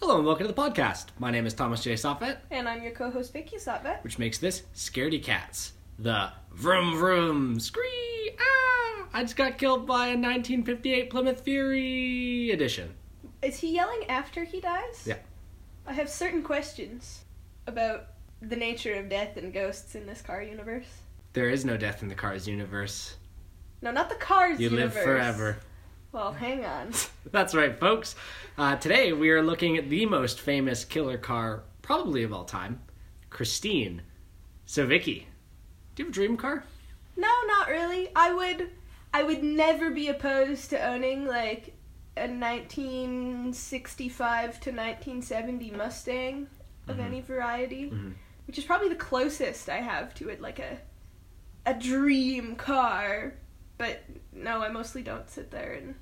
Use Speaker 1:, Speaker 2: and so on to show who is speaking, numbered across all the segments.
Speaker 1: Welcome to the podcast. My name is Thomas J. Soffett,
Speaker 2: And I'm your co-host Vicky Sotvet.
Speaker 1: which makes this Scaredy Cats. The vroom vroom scree ah! I just got killed by a 1958 Plymouth Fury edition.
Speaker 2: Is he yelling after he dies?
Speaker 1: Yeah.
Speaker 2: I have certain questions about the nature of death and ghosts in this car universe.
Speaker 1: There is no death in the Cars universe.
Speaker 2: No, not the cars
Speaker 1: You
Speaker 2: universe.
Speaker 1: live forever.
Speaker 2: Well, hang on.
Speaker 1: That's right, folks. Uh, today we are looking at the most famous killer car, probably of all time, Christine. So, Vicky, do you have a dream car?
Speaker 2: No, not really. I would I would never be opposed to owning like a 1965 to 1970 Mustang of any variety,
Speaker 1: Mhm.
Speaker 2: which is probably the closest I have to it like a a dream car. But no, I mostly don't sit there and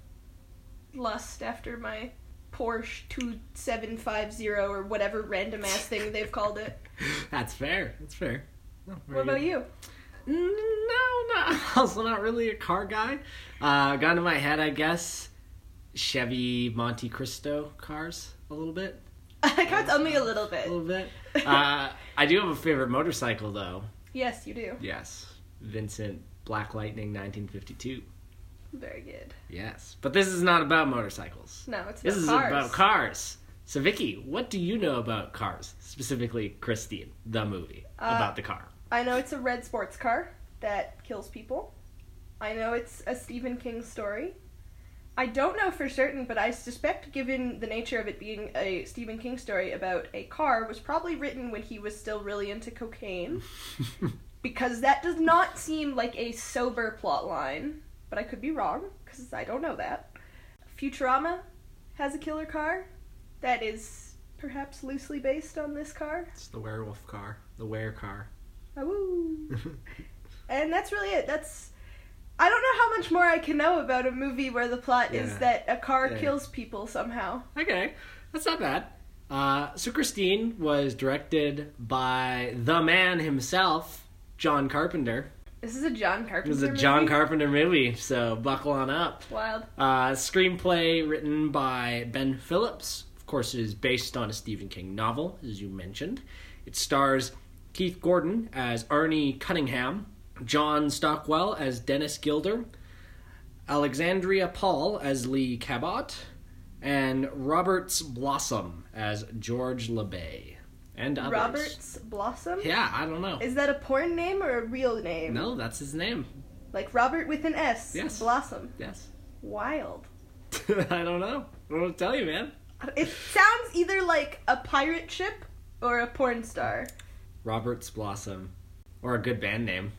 Speaker 2: lust after my Porsche 2750 or whatever random ass thing they've called it.
Speaker 1: That's fair. That's fair. No, very
Speaker 2: What about
Speaker 1: good.
Speaker 2: you?
Speaker 1: No, no. Also, not really a car guy. Uh, gone to my head, I guess. Chevy Monte Cristo cars, a little bit,
Speaker 2: I got only a little bit.
Speaker 1: a little bit. Uh, I do have a favorite motorcycle, though.
Speaker 2: Yes, you do.
Speaker 1: Yes, Vincent Black Lightning, 1952.
Speaker 2: Very good.
Speaker 1: Yes, but this is not about motorcycles.
Speaker 2: No, it's
Speaker 1: This
Speaker 2: about
Speaker 1: is
Speaker 2: cars.
Speaker 1: about cars. So, Vicky, what do you know about cars, specifically Christine, the movie
Speaker 2: Uh,
Speaker 1: about the car?
Speaker 2: I know it's a red sports car that kills people. I know it's a Stephen King story. I don't know for certain, but I suspect, given the nature of it being a Stephen King story about a car, was probably written when he was still really into cocaine, because that does not seem like a sober plot line. But I could be wrong, because I don't know that. Futurama has a killer car that is perhaps loosely based on this car.
Speaker 1: it's the werewolf car, the were car.
Speaker 2: Awoo. Ah, and that's really it. That's I don't know how much more I can know about a movie where the plot
Speaker 1: Yeah.
Speaker 2: is that a car
Speaker 1: Yeah.
Speaker 2: kills people somehow.
Speaker 1: Okay, that's not bad. Uh, so Christine was directed by the man himself, John Carpenter.
Speaker 2: This is a John
Speaker 1: It
Speaker 2: Carpenter.
Speaker 1: was a John
Speaker 2: movie?
Speaker 1: Carpenter movie, so buckle on up.
Speaker 2: Wild.
Speaker 1: Uh, screenplay written by Ben Phillips. Of course, it is based on a Stephen King novel, as you mentioned. It stars Keith Gordon as Arnie Cunningham, John Stockwell as Dennis Gilder, Alexandria Paul as Lee Cabot, and Roberts Blossom as George LeBay, and others.
Speaker 2: Roberts Blossom?
Speaker 1: Yeah, I don't know.
Speaker 2: Is that a porn name or a real name?
Speaker 1: No, that's his name.
Speaker 2: Like Robert with an S.
Speaker 1: Yes.
Speaker 2: Blossom.
Speaker 1: Yes.
Speaker 2: Wild.
Speaker 1: I don't know. I don't know what to tell you, man.
Speaker 2: It sounds either like a pirate ship or a porn star.
Speaker 1: Roberts Blossom, or a good band name.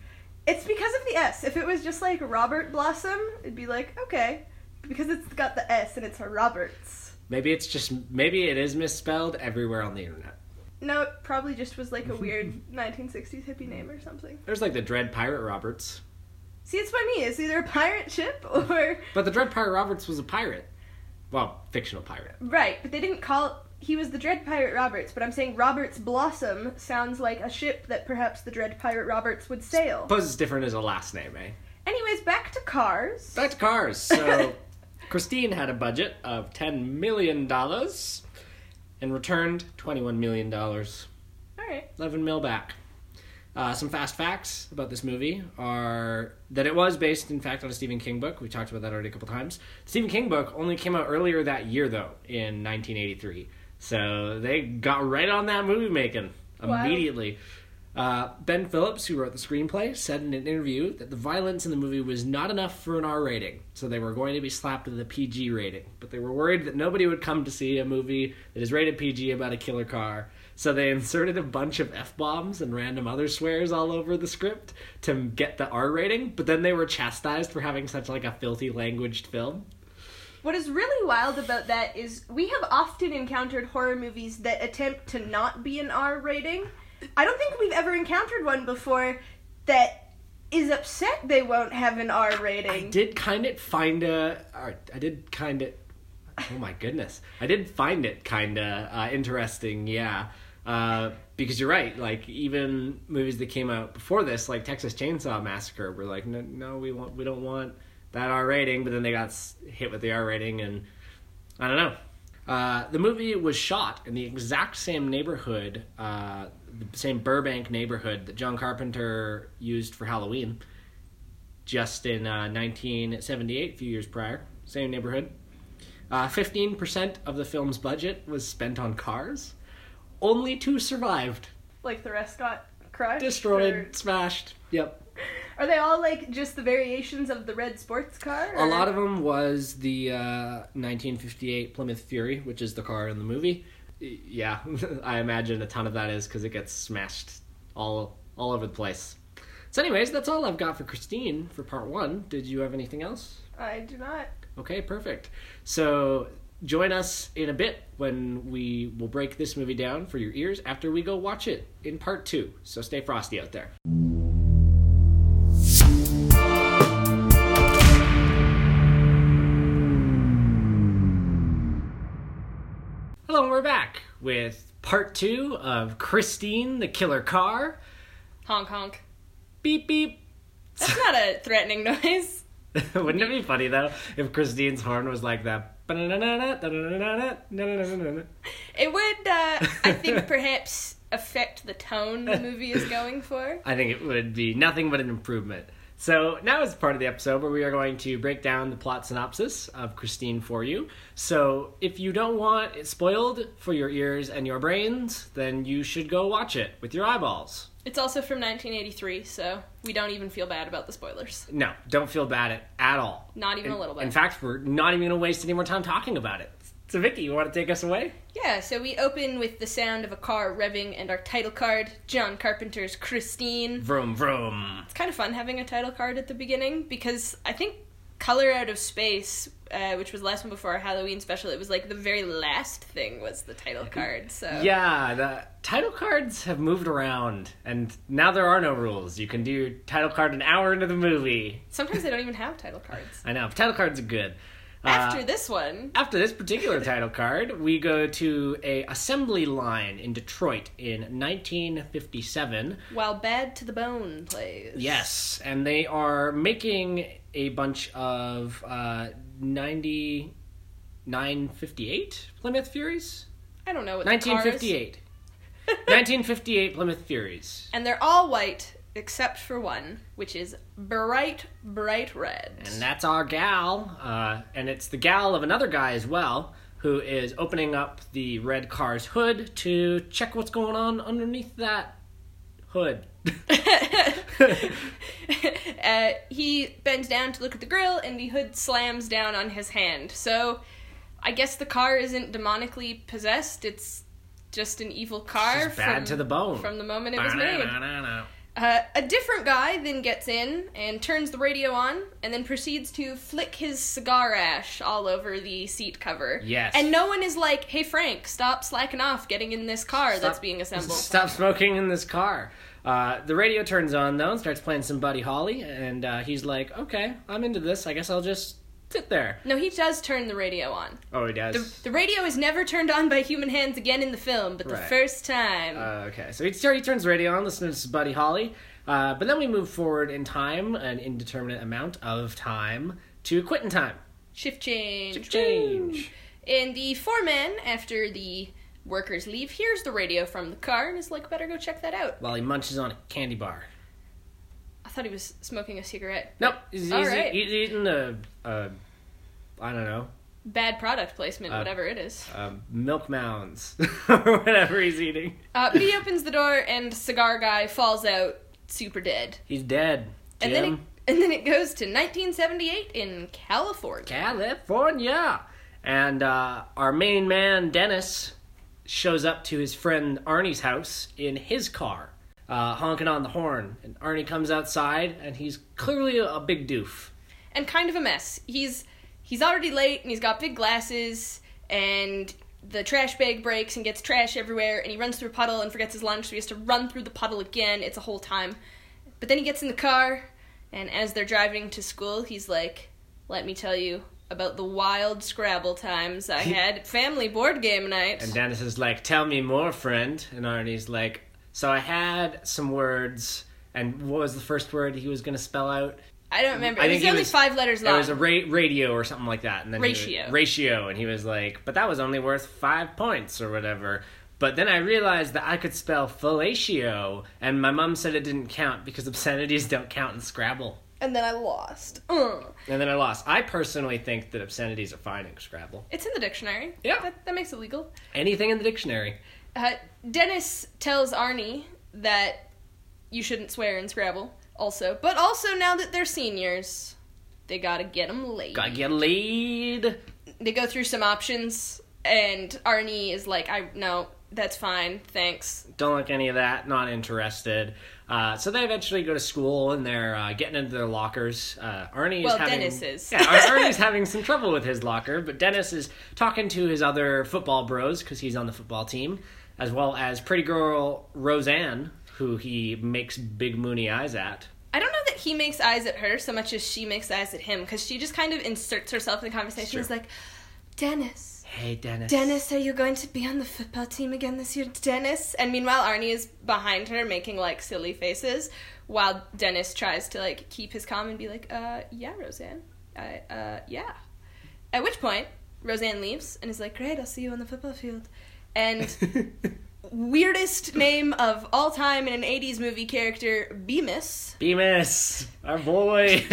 Speaker 2: It's because of the S. If it was just like Robert Blossom, it'd be like, okay. Because it's got the S and it's a Roberts.
Speaker 1: Maybe it's just maybe it is misspelled everywhere on the internet.
Speaker 2: No, it probably just was like a weird 1960s hippie name or something.
Speaker 1: There's like the Dread Pirate Roberts,
Speaker 2: See, it's funny. It's either a pirate ship or
Speaker 1: but the Dread Pirate Roberts was a pirate, well, fictional pirate.
Speaker 2: right, but they didn't call. He was the Dread Pirate Roberts, but I'm saying Roberts Blossom sounds like a ship that perhaps the Dread Pirate Roberts would sail.
Speaker 1: Suppose it's different as a last name, eh?
Speaker 2: Anyways, back to cars.
Speaker 1: Back to cars. So Christine had a budget of ten million dollars, and returned twenty-one million dollars.
Speaker 2: All right.
Speaker 1: 11 mil back. Uh, some fast facts about this movie are that it was based, in fact, on a Stephen King book. We talked about that already a couple times. The Stephen King book only came out earlier that year, though, in 1983. So they got right on that movie making
Speaker 2: Wow.
Speaker 1: immediately. Uh, ben Phillips, who wrote the screenplay, said in an interview that the violence in the movie was not enough for an R rating, so they were going to be slapped with a PG rating. But they were worried that nobody would come to see a movie that is rated PG about a killer car, so they inserted a bunch of F bombs and random other swears all over the script to get the R rating, but then they were chastised for having such like a filthy languaged film.
Speaker 2: What is really wild about that is we have often encountered horror movies that attempt to not be an R rating. I don't think we've ever encountered one before that is upset they won't have an R rating.
Speaker 1: Did kind of find a. or I did kind of. Oh my goodness. I did find it kind of uh, interesting, yeah. Uh, because you're right. Like even movies that came out before this, like Texas Chainsaw Massacre, were like, no, no, we want, we don't want that R rating. But then they got s- hit with the R rating, and I don't know. Uh, the movie was shot in the exact same neighborhood, uh, the same Burbank neighborhood that John Carpenter used for Halloween, just in uh, 1978, a few years prior. Same neighborhood. Uh, 15% of the film's budget was spent on cars. Only two survived.
Speaker 2: Like the rest got crushed.
Speaker 1: Destroyed,
Speaker 2: or-
Speaker 1: smashed. Yep.
Speaker 2: Are they all like just the variations of the red sports car?
Speaker 1: A
Speaker 2: or-
Speaker 1: lot of them was the uh, 1958 Plymouth Fury, which is the car in the movie. Y- Yeah, I imagine a ton of that is because it gets smashed all all over the place. So, anyways, that's all I've got for Christine for part one. Did you have anything else?
Speaker 2: I do not.
Speaker 1: Okay, perfect. So join us in a bit when we will break this movie down for your ears after we go watch it in part two. So stay frosty out there. Hello, and we're back with part two of Christine the Killer Car.
Speaker 2: Honk honk.
Speaker 1: Beep beep.
Speaker 2: That's not a threatening noise.
Speaker 1: Wouldn't it be funny though if Christine's horn was like that?
Speaker 2: It would, uh, I think, perhaps affect the tone the movie is going for.
Speaker 1: I think it would be nothing but an improvement. So now is part of the episode where we are going to break down the plot synopsis of Christine for you. So if you don't want it spoiled for your ears and your brains, then you should go watch it with your eyeballs.
Speaker 2: It's also from 1983, so we don't even feel bad about the spoilers.
Speaker 1: No, don't feel bad at, at all.
Speaker 2: Not even a little bit.
Speaker 1: In fact, we're not even going to waste any more time talking about it. So Vicky, you want to take us away?
Speaker 2: Yeah, so we open with the sound of a car revving and our title card, John Carpenter's Christine.
Speaker 1: Vroom vroom.
Speaker 2: It's kind of fun having a title card at the beginning because I think Color Out of Space, uh, which was the last one before our Halloween special, it was like the very last thing was the title card. So
Speaker 1: Yeah, the title cards have moved around, and now there are no rules. You can do your title card an hour into the movie.
Speaker 2: sometimes they don't even have title cards.
Speaker 1: I know title cards are good. Uh,
Speaker 2: After this one,
Speaker 1: after this particular title card, we go to a assembly line in Detroit in 1957.
Speaker 2: while Bad to the Bone plays.
Speaker 1: Yes, and they are making a bunch of uh, 90. 958 Plymouth Furies?
Speaker 2: I don't know what 1958.
Speaker 1: 1958. 1958 Plymouth Furies.
Speaker 2: And they're all white except for one, which is bright, bright red.
Speaker 1: And that's our gal. Uh, and it's the gal of another guy as well, who is opening up the red car's hood to check what's going on underneath that hood.
Speaker 2: uh, he bends down to look at the grill, and the hood slams down on his hand. So, I guess the car isn't demonically possessed. It's just an evil car.
Speaker 1: It's bad to the bone.
Speaker 2: From the moment it was made. Uh, a different guy then gets in and turns the radio on, and then proceeds to flick his cigar ash all over the seat cover.
Speaker 1: Yes.
Speaker 2: And no one is like, "Hey Frank, stop slacking off, getting in this car that's
Speaker 1: Stop-
Speaker 2: being assembled."
Speaker 1: Stop smoking in this car. Uh, the radio turns on though and starts playing some Buddy Holly, and uh, he's like, "Okay, I'm into this. I guess I'll just sit there."
Speaker 2: No, he does turn the radio on.
Speaker 1: Oh, he does.
Speaker 2: The, the radio is never turned on by human hands again in the film, but the
Speaker 1: Right.
Speaker 2: first time.
Speaker 1: Uh, okay, so he, tur- he turns the radio on, listens to Buddy Holly, uh, but then we move forward in time, an indeterminate amount of time, to quitting time.
Speaker 2: shift change.
Speaker 1: Shift
Speaker 2: woo.
Speaker 1: change.
Speaker 2: And the foreman, after the workers leave, hears the radio from the car and is like, better go check that out.
Speaker 1: While he munches on a candy bar.
Speaker 2: I thought he was smoking a cigarette.
Speaker 1: Nope, he's, he's,
Speaker 2: All right.
Speaker 1: he's eating a, a, I don't know,
Speaker 2: Bad product placement,
Speaker 1: Uh,
Speaker 2: whatever it is.
Speaker 1: a milk mounds, or whatever he's eating.
Speaker 2: Uh, but he opens the door and cigar guy falls out super dead.
Speaker 1: He's dead.
Speaker 2: And then it,
Speaker 1: Jim.
Speaker 2: and then it goes to 1978 in California.
Speaker 1: California. And uh, our main man, Dennis, shows up to his friend Arnie's house in his car, uh, honking on the horn. And Arnie comes outside, and he's clearly a, a big doof.
Speaker 2: and kind of a mess. He's he's already late and he's got big glasses and the trash bag breaks and gets trash everywhere and he runs through a puddle and forgets his lunch so he has to run through the puddle again. It's a whole time. But then he gets in the car and as they're driving to school, he's like, "Let me tell you about the wild Scrabble times I had at family board game night."
Speaker 1: And Dennis is like, Tell me more, friend. And Arnie's like, So I had some words, and what was the first word he was going to spell out?
Speaker 2: I don't remember.
Speaker 1: I
Speaker 2: It was
Speaker 1: think he
Speaker 2: only
Speaker 1: was-
Speaker 2: five letters
Speaker 1: It
Speaker 2: long.
Speaker 1: was a ra- radio or something like that, and then he was-
Speaker 2: Ratio.
Speaker 1: ratio, and he was like, "But that was only worth five points or whatever." But then I realized that I could spell fellatio, and my mom said it didn't count because obscenities don't count in Scrabble.
Speaker 3: And then I lost. Ugh.
Speaker 1: And then I lost. I personally think that obscenities are fine in Scrabble.
Speaker 2: It's in the dictionary.
Speaker 1: Yeah.
Speaker 2: That, that makes it legal.
Speaker 1: Anything in the dictionary.
Speaker 2: Uh, Dennis tells Arnie that you shouldn't swear in Scrabble, also. But also, now that they're seniors, they gotta get them laid.
Speaker 1: Gotta get a lead.
Speaker 2: They go through some options, and Arnie is like, I no, that's fine, thanks.
Speaker 1: Don't like any of that. Not interested. Uh, so they eventually go to school and they're uh, getting into their lockers. Uh, Arnie
Speaker 2: Well,
Speaker 1: is having
Speaker 2: Dennis is.
Speaker 1: yeah, Ar- Arnie's having some trouble with his locker, but Dennis is talking to his other football bros because he's on the football team, as well as pretty girl Roseanne, who he makes big moony eyes at.
Speaker 2: I don't know that he makes eyes at her so much as she makes eyes at him, because she just kind of inserts herself in the conversation.
Speaker 1: It's
Speaker 2: She's like, Dennis.
Speaker 1: Hey, Dennis.
Speaker 2: Dennis, are you going to be on the football team again this year, Dennis? And meanwhile, Arnie is behind her making like silly faces, while Dennis tries to like keep his calm and be like, "Uh, yeah, Roseanne, I, uh, yeah." At which point, Roseanne leaves and is like, "Great, I'll see you on the football field." And weirdest name of all time in an '80s movie character, Bemis,
Speaker 1: Bemis, our boy.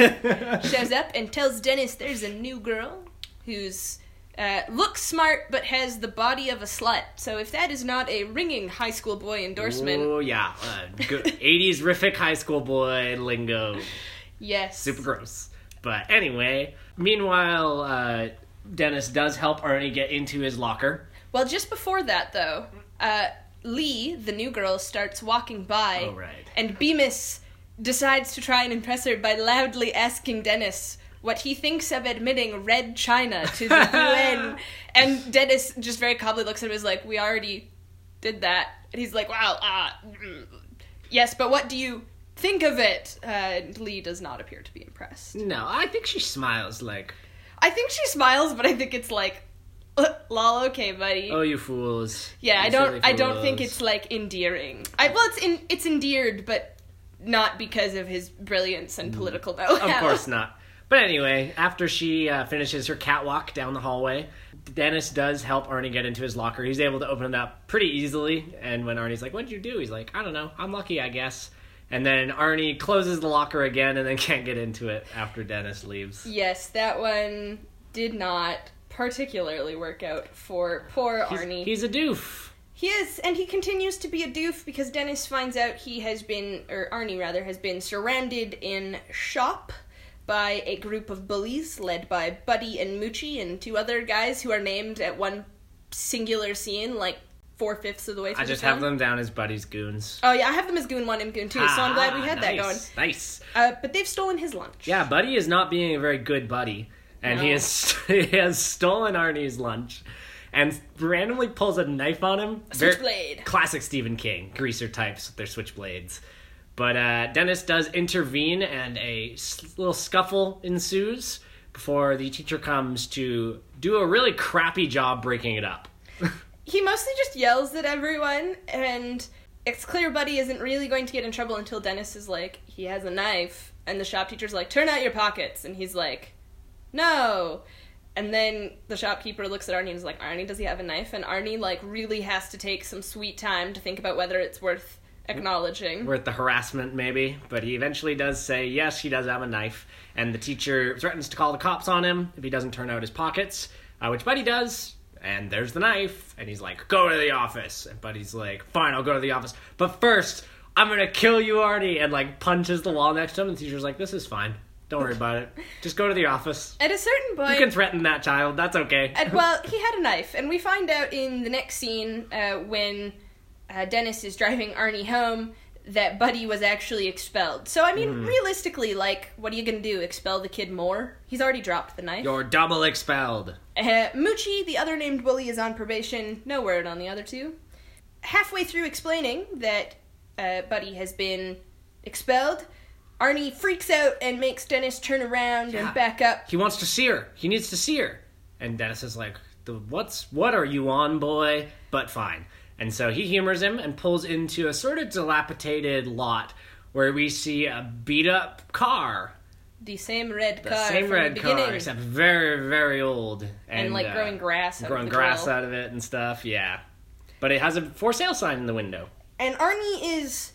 Speaker 2: shows up and tells Dennis there's a new girl who's uh, looks smart but has the body of a slut. So if that is not a ringing high school boy endorsement,
Speaker 1: Oh yeah, uh, good, 80s rific high school boy lingo.
Speaker 2: yes,
Speaker 1: Super gross. But anyway, meanwhile, uh, Dennis does help Arnie get into his locker.
Speaker 2: Well, just before that though, uh, Lee, the new girl, starts walking by,
Speaker 1: Oh, right.
Speaker 2: and Bemis decides to try and impress her by loudly asking Dennis. What he thinks of admitting Red China to the UN, and Dennis just very calmly looks at him and is like, "We already did that. And he's like, wow, ah, mm, yes, but what do you think of it? Uh, and Lee does not appear to be impressed.
Speaker 1: No, I think she smiles like,
Speaker 2: I think she smiles, but I think it's like, "Uh, lol, okay, buddy.
Speaker 1: "Oh, you fools."
Speaker 2: yeah, I
Speaker 1: You
Speaker 2: don't,
Speaker 1: silly
Speaker 2: I don't think
Speaker 1: fools."
Speaker 2: it's like endearing. I, well, it's in, it's endeared, but not because of his brilliance and political know
Speaker 1: Of course not. But anyway, after she uh, finishes her catwalk down the hallway, Dennis does help Arnie get into his locker. He's able to open it up pretty easily. And when Arnie's like, What'd you do? He's like, I don't know. I'm lucky, I guess. And then Arnie closes the locker again and then can't get into it after Dennis leaves.
Speaker 2: Yes, that one did not particularly work out for poor
Speaker 1: He's-
Speaker 2: Arnie.
Speaker 1: He's, a doof.
Speaker 2: He is, and he continues to be a doof because Dennis finds out he has been, or Arnie rather, has been surrounded in shop by a group of bullies led by Buddy and Moochie and two other guys who are named at one singular scene, like four fifths of the way through
Speaker 1: I just
Speaker 2: the film.
Speaker 1: have them down as buddies, goons. Ah,
Speaker 2: Oh yeah, I have them as Goon One and Goon Two, so I'm glad we had that going.
Speaker 1: nice, Nice.
Speaker 2: Uh, but they've stolen his lunch.
Speaker 1: Yeah, Buddy is not being a very good buddy, and he
Speaker 2: No.
Speaker 1: has he has stolen Arnie's lunch, and randomly pulls a knife on him. Very-
Speaker 2: Switchblade.
Speaker 1: classic Stephen King greaser types with their switchblades. But uh, Dennis does intervene, and a s- little scuffle ensues before the teacher comes to do a really crappy job breaking it up.
Speaker 2: he mostly just yells at everyone and it's clear buddy isn't really going to get in trouble until dennis is like he has a knife and the shop teacher's like turn out your pockets and he's like no and then the shopkeeper looks at arnie and is like arnie does he have a knife and arnie like really has to take some sweet time to think about whether it's worth acknowledging
Speaker 1: We're at the harassment, maybe, but he eventually does say yes, he does have a knife, and the teacher threatens to call the cops on him if he doesn't turn out his pockets, uh, which Buddy does, and there's the knife, and he's like, go to the office. And Buddy's like, fine, I'll go to the office, but first, I'm gonna kill you, Arnie, and like punches the wall next to him, and the teacher's like, this is fine, don't worry about it, just go to the office.
Speaker 2: at a certain point
Speaker 1: You can threaten that child, that's okay.
Speaker 2: And well, he had a knife, and we find out in the next scene uh, when uh, Dennis is driving Arnie home that Buddy was actually expelled. So I mean,
Speaker 1: Hmm.
Speaker 2: realistically, like, what are you gonna do? Expel the kid more? He's already dropped the knife.
Speaker 1: You're double expelled.
Speaker 2: Uh, Moochie, the other named bully, is on probation. No word on the other two. Halfway through explaining that uh, Buddy has been expelled, Arnie freaks out and makes Dennis turn around
Speaker 1: Yeah.
Speaker 2: and back up
Speaker 1: He wants to see her. He needs to see her. And Dennis is like, the, "What's what are you on, boy?" But fine. And so he humors him and pulls into a sort of dilapidated lot where we see a beat up car
Speaker 2: the same red
Speaker 1: The
Speaker 2: car
Speaker 1: same
Speaker 2: from
Speaker 1: red
Speaker 2: the
Speaker 1: car,
Speaker 2: beginning,
Speaker 1: except very, very old. And,
Speaker 2: and, like
Speaker 1: uh,
Speaker 2: growing grass, out of
Speaker 1: growing
Speaker 2: the
Speaker 1: grass
Speaker 2: grill.
Speaker 1: out of it and stuff. Yeah, but it has a for sale sign in the window.
Speaker 2: And Arnie is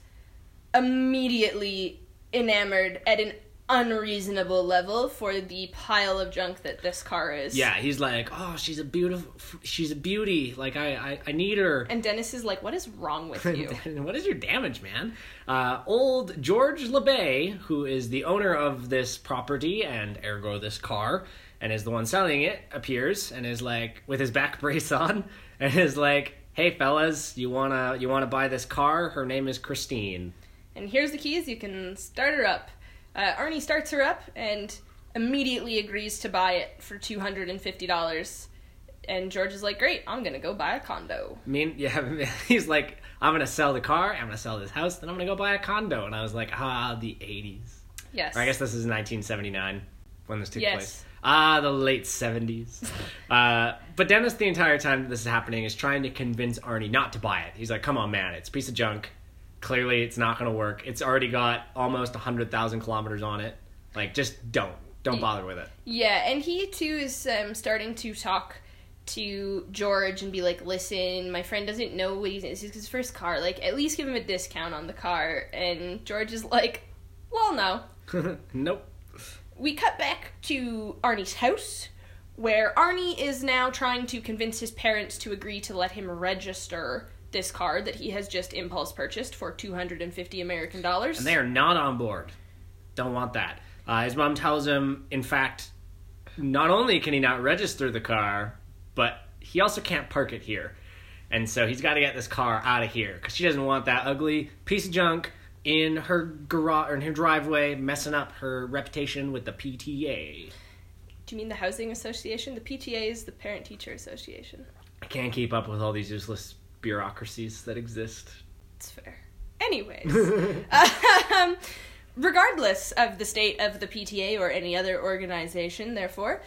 Speaker 2: immediately enamored at an unreasonable level for the pile of junk that this car is.
Speaker 1: Yeah, he's like, oh, she's a beautiful, she's a beauty. Like I, I, I need her.
Speaker 2: And Dennis is like, "What is wrong with you?"
Speaker 1: what is your damage, man? Uh, old George LeBay, who is the owner of this property and ergo this car, and is the one selling it, appears and is like with his back brace on, and is like, "Hey fellas, you wanna you wanna buy this car? Her name is Christine."
Speaker 2: And here's the keys. You can start her up. Uh, Arnie starts her up and immediately agrees to buy it for two hundred and fifty dollars. And George is like, "Great, I'm gonna go buy a condo."
Speaker 1: I mean, yeah, he's like, "I'm gonna sell the car. I'm gonna sell this house. Then I'm gonna go buy a condo." And I was like, "Ah, the '80s."
Speaker 2: Yes.
Speaker 1: Or I guess this is 1979 when this took
Speaker 2: Yes.
Speaker 1: place. Ah, the late 70s. uh, but Dennis, the entire time that this is happening, is trying to convince Arnie not to buy it. He's like, come on, man, it's a piece of junk. Clearly, it's not going to work. It's already got almost 100,000 kilometers on it. Like, just don't. Don't
Speaker 2: Ye-
Speaker 1: bother with it.
Speaker 2: Yeah, and he too is um, starting to talk to George and be like, "Listen, my friend doesn't know what he's. This is his first car. Like, at least give him a discount on the car." And George is like, "Well, no."
Speaker 1: nope.
Speaker 2: We cut back to Arnie's house, where Arnie is now trying to convince his parents to agree to let him register this car that he has just impulse purchased for 250 American dollars.
Speaker 1: And they are not on board. Don't want that. Uh, his mom tells him, in fact, not only can he not register the car, but he also can't park it here. And so he's got to get this car out of here because she doesn't want that ugly piece of junk in her garage or in her driveway, messing up her reputation with the PTA.
Speaker 2: Do you mean the housing association? The PTA is the parent teacher association.
Speaker 1: I can't keep up with all these useless bureaucracies that exist.
Speaker 2: It's fair. Anyways, um, regardless of the state of the PTA or any other organization, therefore,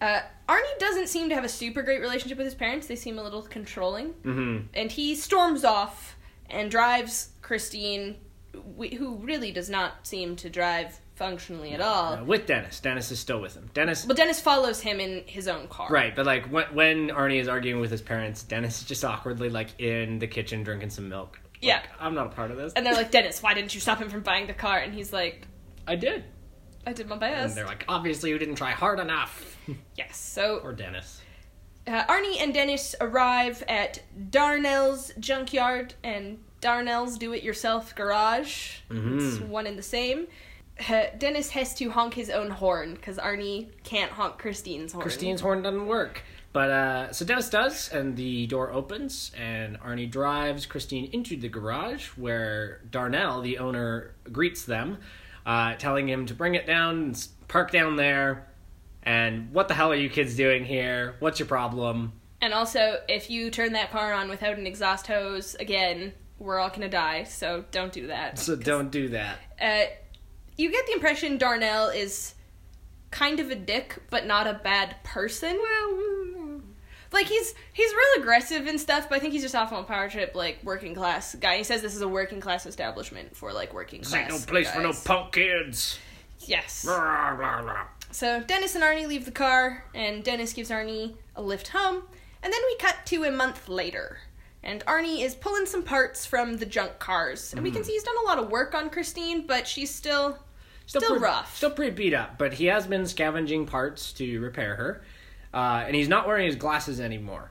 Speaker 2: uh, Arnie doesn't seem to have a super great relationship with his parents. They seem a little controlling.
Speaker 1: Mm-hmm.
Speaker 2: And he storms off and drives Christine, wh- who really does not seem to drive functionally at all.
Speaker 1: Uh, with Dennis. Dennis is still with him. Dennis
Speaker 2: But Dennis follows him in his own car.
Speaker 1: Right, but like when, when Arnie is arguing with his parents, Dennis is just awkwardly like in the kitchen drinking some milk. Like,
Speaker 2: Yeah.
Speaker 1: I'm not a part of this.
Speaker 2: And they're like, Dennis, why didn't you stop him from buying the car? And he's like,
Speaker 1: I did.
Speaker 2: I did my
Speaker 1: And
Speaker 2: best.
Speaker 1: they're like, obviously you didn't try hard enough.
Speaker 2: Yes. So
Speaker 1: Or Dennis.
Speaker 2: Uh, Arnie and Dennis arrive at Darnell's junkyard and Darnell's do it yourself garage. It's one and the same. Uh, Dennis has to honk his own horn because Arnie can't honk Christine's horn.
Speaker 1: Christine's horn doesn't work. But uh, so Dennis does, and the door opens, and Arnie drives Christine into the garage where Darnell, the owner, greets them, uh, telling him to bring it down, and s- park down there, and what the hell are you kids doing here? What's your problem?
Speaker 2: And also, if you turn that car on without an exhaust hose, again, we're all gonna die, so don't do that.
Speaker 1: So don't do that.
Speaker 2: Uh, you get the impression Darnell is kind of a dick, but not a bad person. Well, like he's he's real aggressive and stuff, but I think he's just off on a power trip, like working class guy. He says this is a working class establishment for like working
Speaker 1: This
Speaker 2: class.
Speaker 1: ain't no place for no
Speaker 2: guys.
Speaker 1: punk kids.
Speaker 2: Yes.
Speaker 1: Rah, rah, rah.
Speaker 2: So Dennis and Arnie leave the car, and Dennis gives Arnie a lift home, and then we cut to a month later. And Arnie is pulling some parts from the junk cars. And we
Speaker 1: Hmm.
Speaker 2: can see he's done a lot of work on Christine, but she's still Still
Speaker 1: pre-
Speaker 2: rough.
Speaker 1: Still pretty beat up, but he has been scavenging parts to repair her. Uh, and he's not wearing his glasses anymore.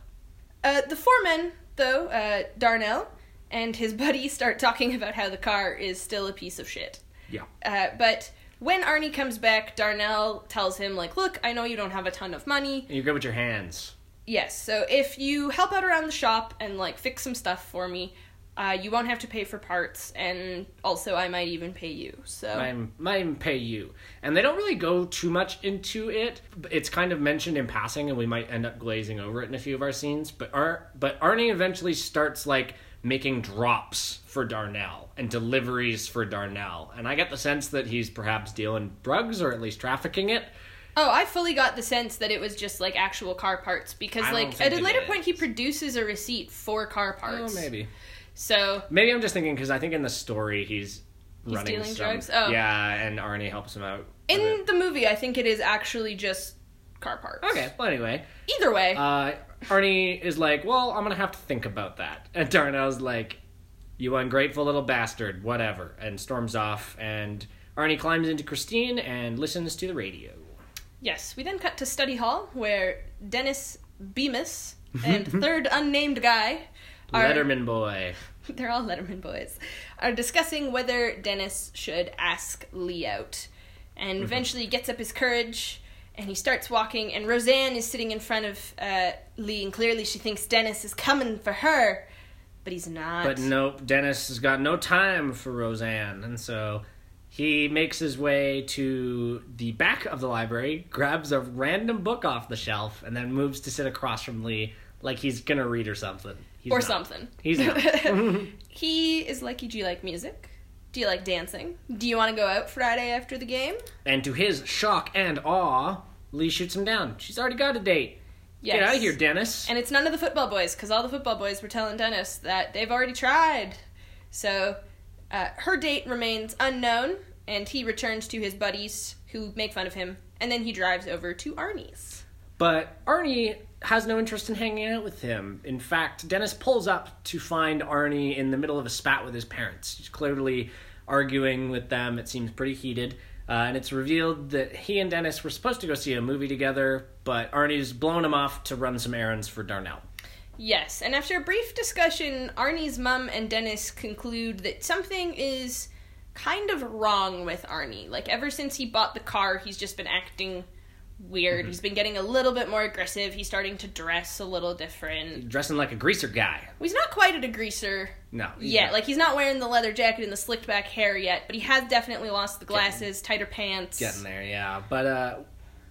Speaker 2: Uh, the foreman, though, uh, Darnell, and his buddy start talking about how the car is still a piece of shit.
Speaker 1: Yeah.
Speaker 2: Uh, but when Arnie comes back, Darnell tells him, like, look, I know you don't have a ton of money.
Speaker 1: And you're good with your hands.
Speaker 2: Yes, so if you help out around the shop and, like, fix some stuff for me, uh, you won't have to pay for parts, and also I might even pay you. So
Speaker 1: I'm, I'm pay you. And they don't really go too much into it. but It's kind of mentioned in passing, and we might end up glazing over it in a few of our scenes. But, Ar- but Arnie eventually starts, like, making drops for Darnell and deliveries for Darnell. And I get the sense that he's perhaps dealing drugs or at least trafficking it.
Speaker 2: Oh, I fully got the sense that it was just like actual car parts because,
Speaker 1: I don't
Speaker 2: like,
Speaker 1: think
Speaker 2: at a
Speaker 1: it
Speaker 2: later
Speaker 1: is.
Speaker 2: point, he produces a receipt for car parts.
Speaker 1: Oh, maybe.
Speaker 2: So
Speaker 1: Maybe I'm just thinking because I think in the story he's
Speaker 2: He's
Speaker 1: running
Speaker 2: dealing
Speaker 1: some-
Speaker 2: drugs? Oh.
Speaker 1: Yeah, and Arnie helps him out. with
Speaker 2: In
Speaker 1: it.
Speaker 2: the movie, I think it is actually just car parts.
Speaker 1: Okay, well, anyway.
Speaker 2: Either way,
Speaker 1: Uh, Arnie is like, well, I'm going to have to think about that. And Darnell's like, you ungrateful little bastard, whatever. And storms off, and Arnie climbs into Christine and listens to the radio.
Speaker 2: yes. We then cut to study hall where Dennis Bemis and third unnamed guy are
Speaker 1: Letterman boy.
Speaker 2: they're all Letterman boys, are discussing whether Dennis should ask Lee out. And
Speaker 1: Mm-hmm.
Speaker 2: eventually gets up his courage and he starts walking. And Roseanne is sitting in front of uh, Lee, and clearly she thinks Dennis is coming for her, but he's not.
Speaker 1: But nope, Dennis has got no time for Roseanne, and so he makes his way to the back of the library, grabs a random book off the shelf, and then moves to sit across from Lee like he's gonna read or something. He's
Speaker 2: or
Speaker 1: not.
Speaker 2: something.
Speaker 1: He's not.
Speaker 2: he is like, Do you like music? Do you like dancing? Do you want to go out Friday after the game?
Speaker 1: and to his shock and awe, Lee shoots him down. She's already got a date. Get out of here, Dennis.
Speaker 2: And it's none of the football boys, because all the football boys were telling Dennis that they've already tried. So uh, her date remains unknown, and he returns to his buddies who make fun of him, and then he drives over to Arnie's.
Speaker 1: But Arnie has no interest in hanging out with him. In fact, Dennis pulls up to find Arnie in the middle of a spat with his parents. He's clearly arguing with them. It seems pretty heated. Uh, and it's revealed that he and Dennis were supposed to go see a movie together, but Arnie's blown him off to run some errands for Darnell.
Speaker 2: Yes, and after a brief discussion, Arnie's mum and Dennis conclude that something is kind of wrong with Arnie. Like, ever since he bought the car, he's just been acting
Speaker 1: Mm-hmm.
Speaker 2: weird. He's been getting a little bit more aggressive. He's starting to dress a little different.
Speaker 1: Dressing like a greaser guy.
Speaker 2: Well, He's not quite at a greaser
Speaker 1: No. he's
Speaker 2: yet.
Speaker 1: not.
Speaker 2: Like he's not wearing the leather jacket and the slicked back hair yet, but he has definitely lost the glasses, tighter pants.
Speaker 1: Getting there, yeah. But uh,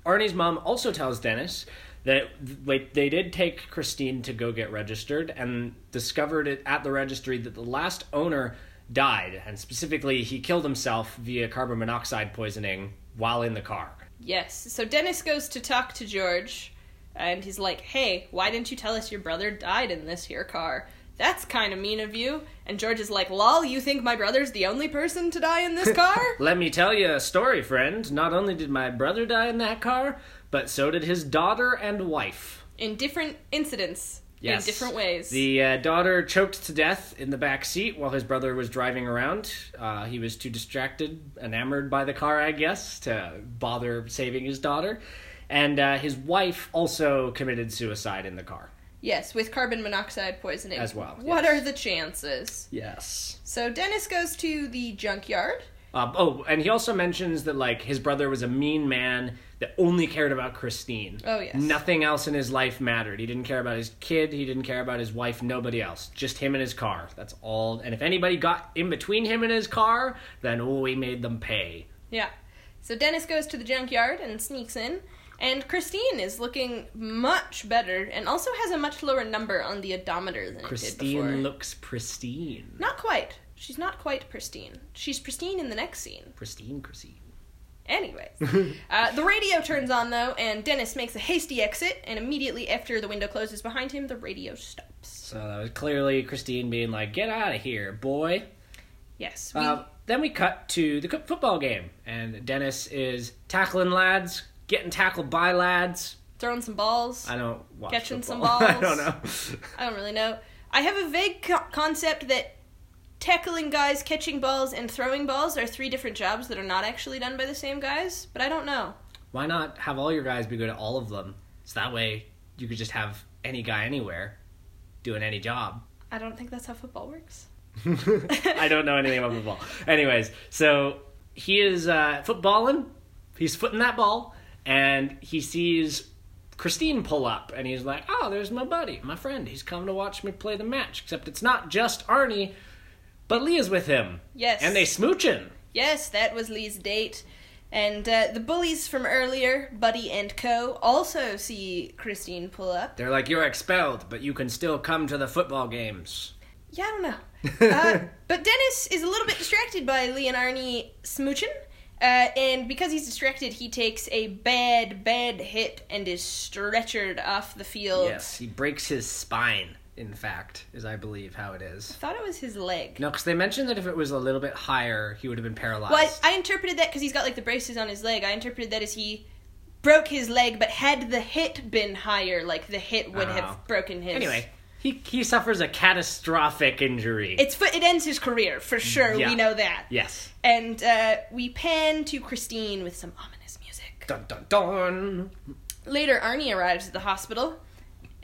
Speaker 1: Arnie's mom also tells Dennis that like they did take Christine to go get registered and discovered it at the registry that the last owner died and specifically he killed himself via carbon monoxide poisoning while in the car.
Speaker 2: Yes. So Dennis goes to talk to George, and he's like, "Hey, why didn't you tell us your brother died in this here car?" That's kind of mean of you. And George is like, "Lol, you think my brother's the only person to die in this car?"
Speaker 1: Let me tell you a story, friend. Not only did my brother die in that car, but so did his daughter and wife.
Speaker 2: in different incidents,
Speaker 1: Yes.
Speaker 2: in different ways.
Speaker 1: The uh, daughter choked to death in the back seat while his brother was driving around. Uh, he was too distracted, enamored by the car, I guess, to bother saving his daughter. And uh, his wife also committed suicide in the car.
Speaker 2: yes, with carbon monoxide poisoning
Speaker 1: As well,
Speaker 2: What
Speaker 1: yes.
Speaker 2: are the chances?
Speaker 1: Yes.
Speaker 2: So Dennis goes to the junkyard.
Speaker 1: Uh, oh, and he also mentions that like his brother was a mean man that only cared about Christine.
Speaker 2: Oh, yes.
Speaker 1: Nothing else in his life mattered. He didn't care about his kid. He didn't care about his wife. Nobody else. Just him and his car. That's all. And if anybody got in between him and his car, then oh, we made them pay.
Speaker 2: Yeah. So Dennis goes to the junkyard and sneaks in, and Christine is looking much better and also has a much lower number on the odometer than it did before.
Speaker 1: Christine looks pristine.
Speaker 2: not quite. She's not quite pristine. She's pristine in the next scene.
Speaker 1: Pristine, Christine.
Speaker 2: Anyways, uh, the radio turns on though, and Dennis makes a hasty exit, and immediately after the window closes behind him, the radio stops.
Speaker 1: So that was clearly Christine being like, "Get out of here, boy."
Speaker 2: Yes. We,
Speaker 1: Uh, then we cut to the co- football game, and Dennis is tackling lads, getting tackled by lads.
Speaker 2: throwing some balls.
Speaker 1: I don't watch
Speaker 2: Catching some
Speaker 1: football.
Speaker 2: balls.
Speaker 1: I don't know.
Speaker 2: I don't really know. I have a vague co- concept that tackling guys, catching balls, and throwing balls are three different jobs that are not actually done by the same guys, but I don't know.
Speaker 1: Why not have all your guys be good at all of them? So that way you could just have any guy anywhere doing any job.
Speaker 2: I don't think that's how football works.
Speaker 1: I don't know anything about football. Anyways, so he is uh, footballing. He's footing that ball, and he sees Christine pull up, and he's like, "Oh, there's my buddy, my friend. He's come to watch me play the match. Except it's not just Arnie, but Leah's with him,
Speaker 2: Yes.
Speaker 1: and they smooching."
Speaker 2: Yes, that was Lee's date. And uh, the bullies from earlier, Buddy and Co., also see Christine pull up.
Speaker 1: They're like, "You're expelled, but you can still come to the football games."
Speaker 2: Yeah, I don't know. Uh, but Dennis is a little bit distracted by Lee and Arnie smooching. Uh, and because he's distracted, he takes a bad, bad hit and is stretchered off the field.
Speaker 1: Yes, he breaks his spine. in fact, is I believe how it is.
Speaker 2: thought it was his leg.
Speaker 1: No, because they mentioned that if it was a little bit higher, he would have been paralyzed.
Speaker 2: Well, I, I interpreted that because he's got like the braces on his leg. I interpreted that as he broke his leg, but had the hit been higher, like the hit would
Speaker 1: Oh.
Speaker 2: have broken his.
Speaker 1: Anyway, he he suffers a catastrophic injury.
Speaker 2: It's fu- it ends his career for sure.
Speaker 1: Yeah.
Speaker 2: We know that.
Speaker 1: yes.
Speaker 2: And uh, we pan to Christine with some ominous music.
Speaker 1: Dun dun dun.
Speaker 2: Later, Arnie arrives at the hospital,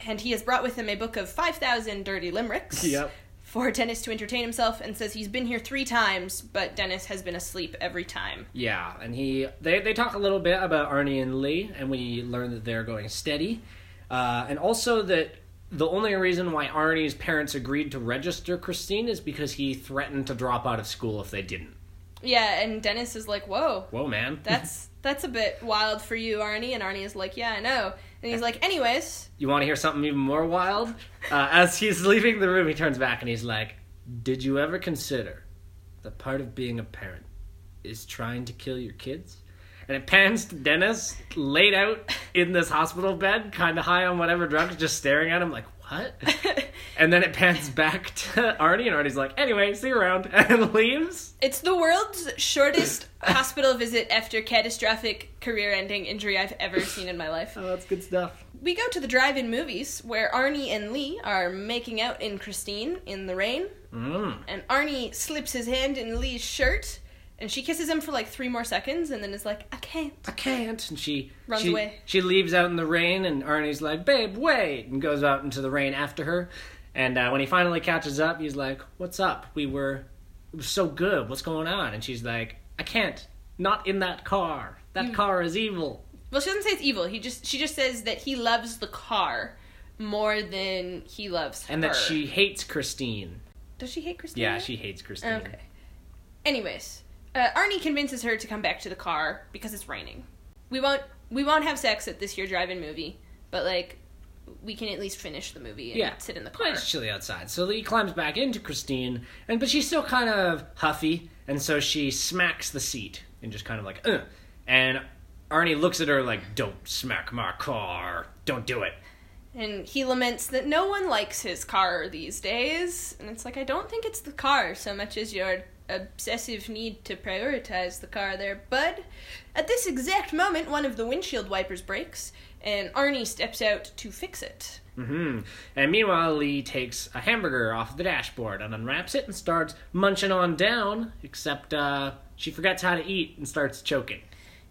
Speaker 2: and he has brought with him a book of five thousand dirty limericks.
Speaker 1: Yep.
Speaker 2: For Dennis to entertain himself, and says he's been here three times, but Dennis has been asleep every time.
Speaker 1: Yeah, and he they they talk a little bit about Arnie and Lee, and we learn that they're going steady, uh, and also that the only reason why Arnie's parents agreed to register Christine is because he threatened to drop out of school if they didn't.
Speaker 2: Yeah, and Dennis is like, "Whoa,
Speaker 1: Whoa, man!
Speaker 2: that's that's a bit wild for you, Arnie. And Arnie is like, yeah, I know. And he's like, anyways,
Speaker 1: you want to hear something even more wild? Uh, as he's leaving the room, he turns back and he's like, "Did you ever consider that part of being a parent is trying to kill your kids?" And it pans to Dennis laid out in this hospital bed, kind of high on whatever drugs, just staring at him like, "What?" and then it pans back to Arnie, and Arnie's like, "Anyway, see you around," and leaves.
Speaker 2: it's the world's shortest hospital visit after catastrophic career-ending injury I've ever seen in my life.
Speaker 1: Oh, that's good stuff.
Speaker 2: We go to the drive-in movies where Arnie and Lee are making out in Christine in the rain,
Speaker 1: Mm.
Speaker 2: and Arnie slips his hand in Lee's shirt. And she kisses him for like three more seconds and then is like, I can't.
Speaker 1: I can't. And she
Speaker 2: Runs
Speaker 1: she,
Speaker 2: away.
Speaker 1: She leaves out in the rain, and Arnie's like, "Babe, wait!" and goes out into the rain after her. And uh, when he finally catches up, he's like, "What's up? We were, it was so good. What's going on?" And she's like, "I can't. Not in that car. That car is evil."
Speaker 2: Well, she doesn't say it's evil. He just she just says that he loves the car more than he loves her.
Speaker 1: And that she hates Christine.
Speaker 2: Does she hate Christina?
Speaker 1: Yeah, she hates Christine.
Speaker 2: Okay. Anyways, uh, Arnie convinces her to come back to the car because it's raining. We won't we won't have sex at this year drive-in movie, but like we can at least finish the movie and
Speaker 1: Yeah.
Speaker 2: sit in the
Speaker 1: But
Speaker 2: car.
Speaker 1: It's chilly outside, so Lee climbs back into Christine, and but she's still kind of huffy, and so she smacks the seat and just kind of like, Ugh. and Arnie looks at her like, "Don't smack my car, don't do it."
Speaker 2: And he laments that no one likes his car these days, and it's like I don't think it's the car so much as your obsessive need to prioritize the car there, bud. At this exact moment, one of the windshield wipers breaks, and Arnie steps out to fix it.
Speaker 1: hmm And meanwhile, Lee takes a hamburger off the dashboard and unwraps it and starts munching on down, except uh, she forgets how to eat and starts choking.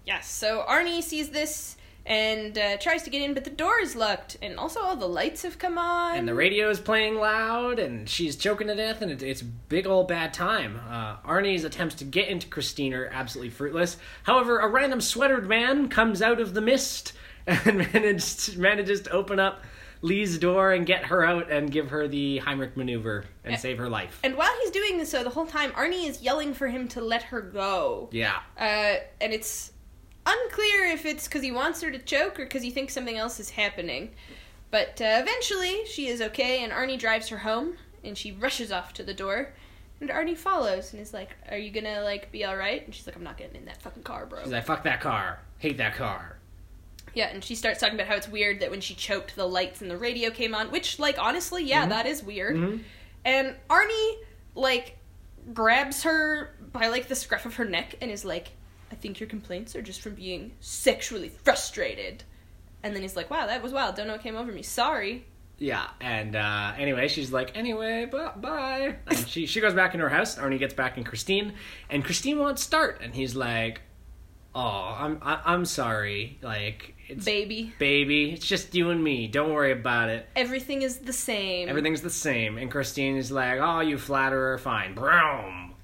Speaker 2: Yes, so Arnie sees this and uh, tries to get in, but the door is locked, and also all the lights have come on.
Speaker 1: and the radio is playing loud, and she's choking to death, and it, it's big old bad time. Uh, Arnie's attempts to get into Christine are absolutely fruitless. However, a random sweatered man comes out of the mist and managed, manages to open up Lee's door and get her out and give her the Heimlich maneuver and save her life.
Speaker 2: and while he's doing this, so the whole time Arnie is yelling for him to let her go.
Speaker 1: Yeah.
Speaker 2: Uh, and it's unclear if it's because he wants her to choke or because he thinks something else is happening. But uh, eventually, she is okay, and Arnie drives her home, and she rushes off to the door. And Arnie follows and is like, "Are you gonna like be all right?" And she's like, "I'm not getting in that fucking car, bro."
Speaker 1: She's like, fuck that car. Hate that car.
Speaker 2: Yeah, and she starts talking about how it's weird that when she choked, the lights and the radio came on, which, like, honestly, yeah, that is weird.
Speaker 1: Mhm.
Speaker 2: And Arnie, like, grabs her by, like, the scruff of her neck and is like, I think your complaints are just from being sexually frustrated. And then he's like, wow, that was wild. Don't know what came over me. Sorry.
Speaker 1: Yeah, and uh, anyway, she's like, anyway, bu- bye. And she, she goes back into her house. Arnie gets back in Christine, and Christine won't start. And he's like, oh, I'm I, I'm sorry. Like, it's
Speaker 2: Baby.
Speaker 1: baby, it's just you and me. Don't worry about it.
Speaker 2: Everything is the same.
Speaker 1: Everything's the same. And Christine is like, oh, you flatterer, fine. Broom.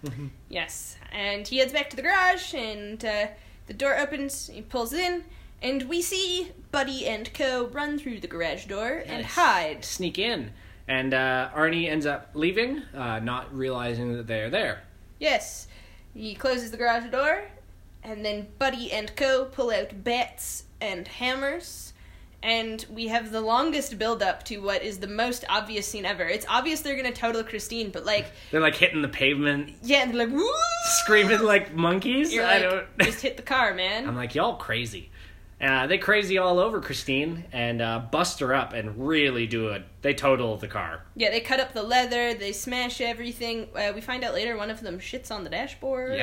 Speaker 2: Yes, and he heads back to the garage, and uh, the door opens. He pulls in, and we see Buddy and Co. run through the garage door and
Speaker 1: Yes.
Speaker 2: hide.
Speaker 1: Sneak in. And uh, Arnie ends up leaving, uh, not realizing that they are there.
Speaker 2: Yes, he closes the garage door, and then Buddy and Co. pull out bats and hammers. And we have the longest build up to what is the most obvious scene ever. It's obvious they're gonna total Christine, but like,
Speaker 1: They're like hitting the pavement,
Speaker 2: yeah, and they're like, woo!
Speaker 1: screaming like monkeys.
Speaker 2: You're
Speaker 1: I
Speaker 2: like,
Speaker 1: don't.
Speaker 2: just hit the car, man.
Speaker 1: I'm like, y'all crazy. Uh, they crazy all over Christine and uh, bust her up and really do it. They total the car.
Speaker 2: Yeah, they cut up the leather, they smash everything. Uh, we find out later one of them shits on the dashboard.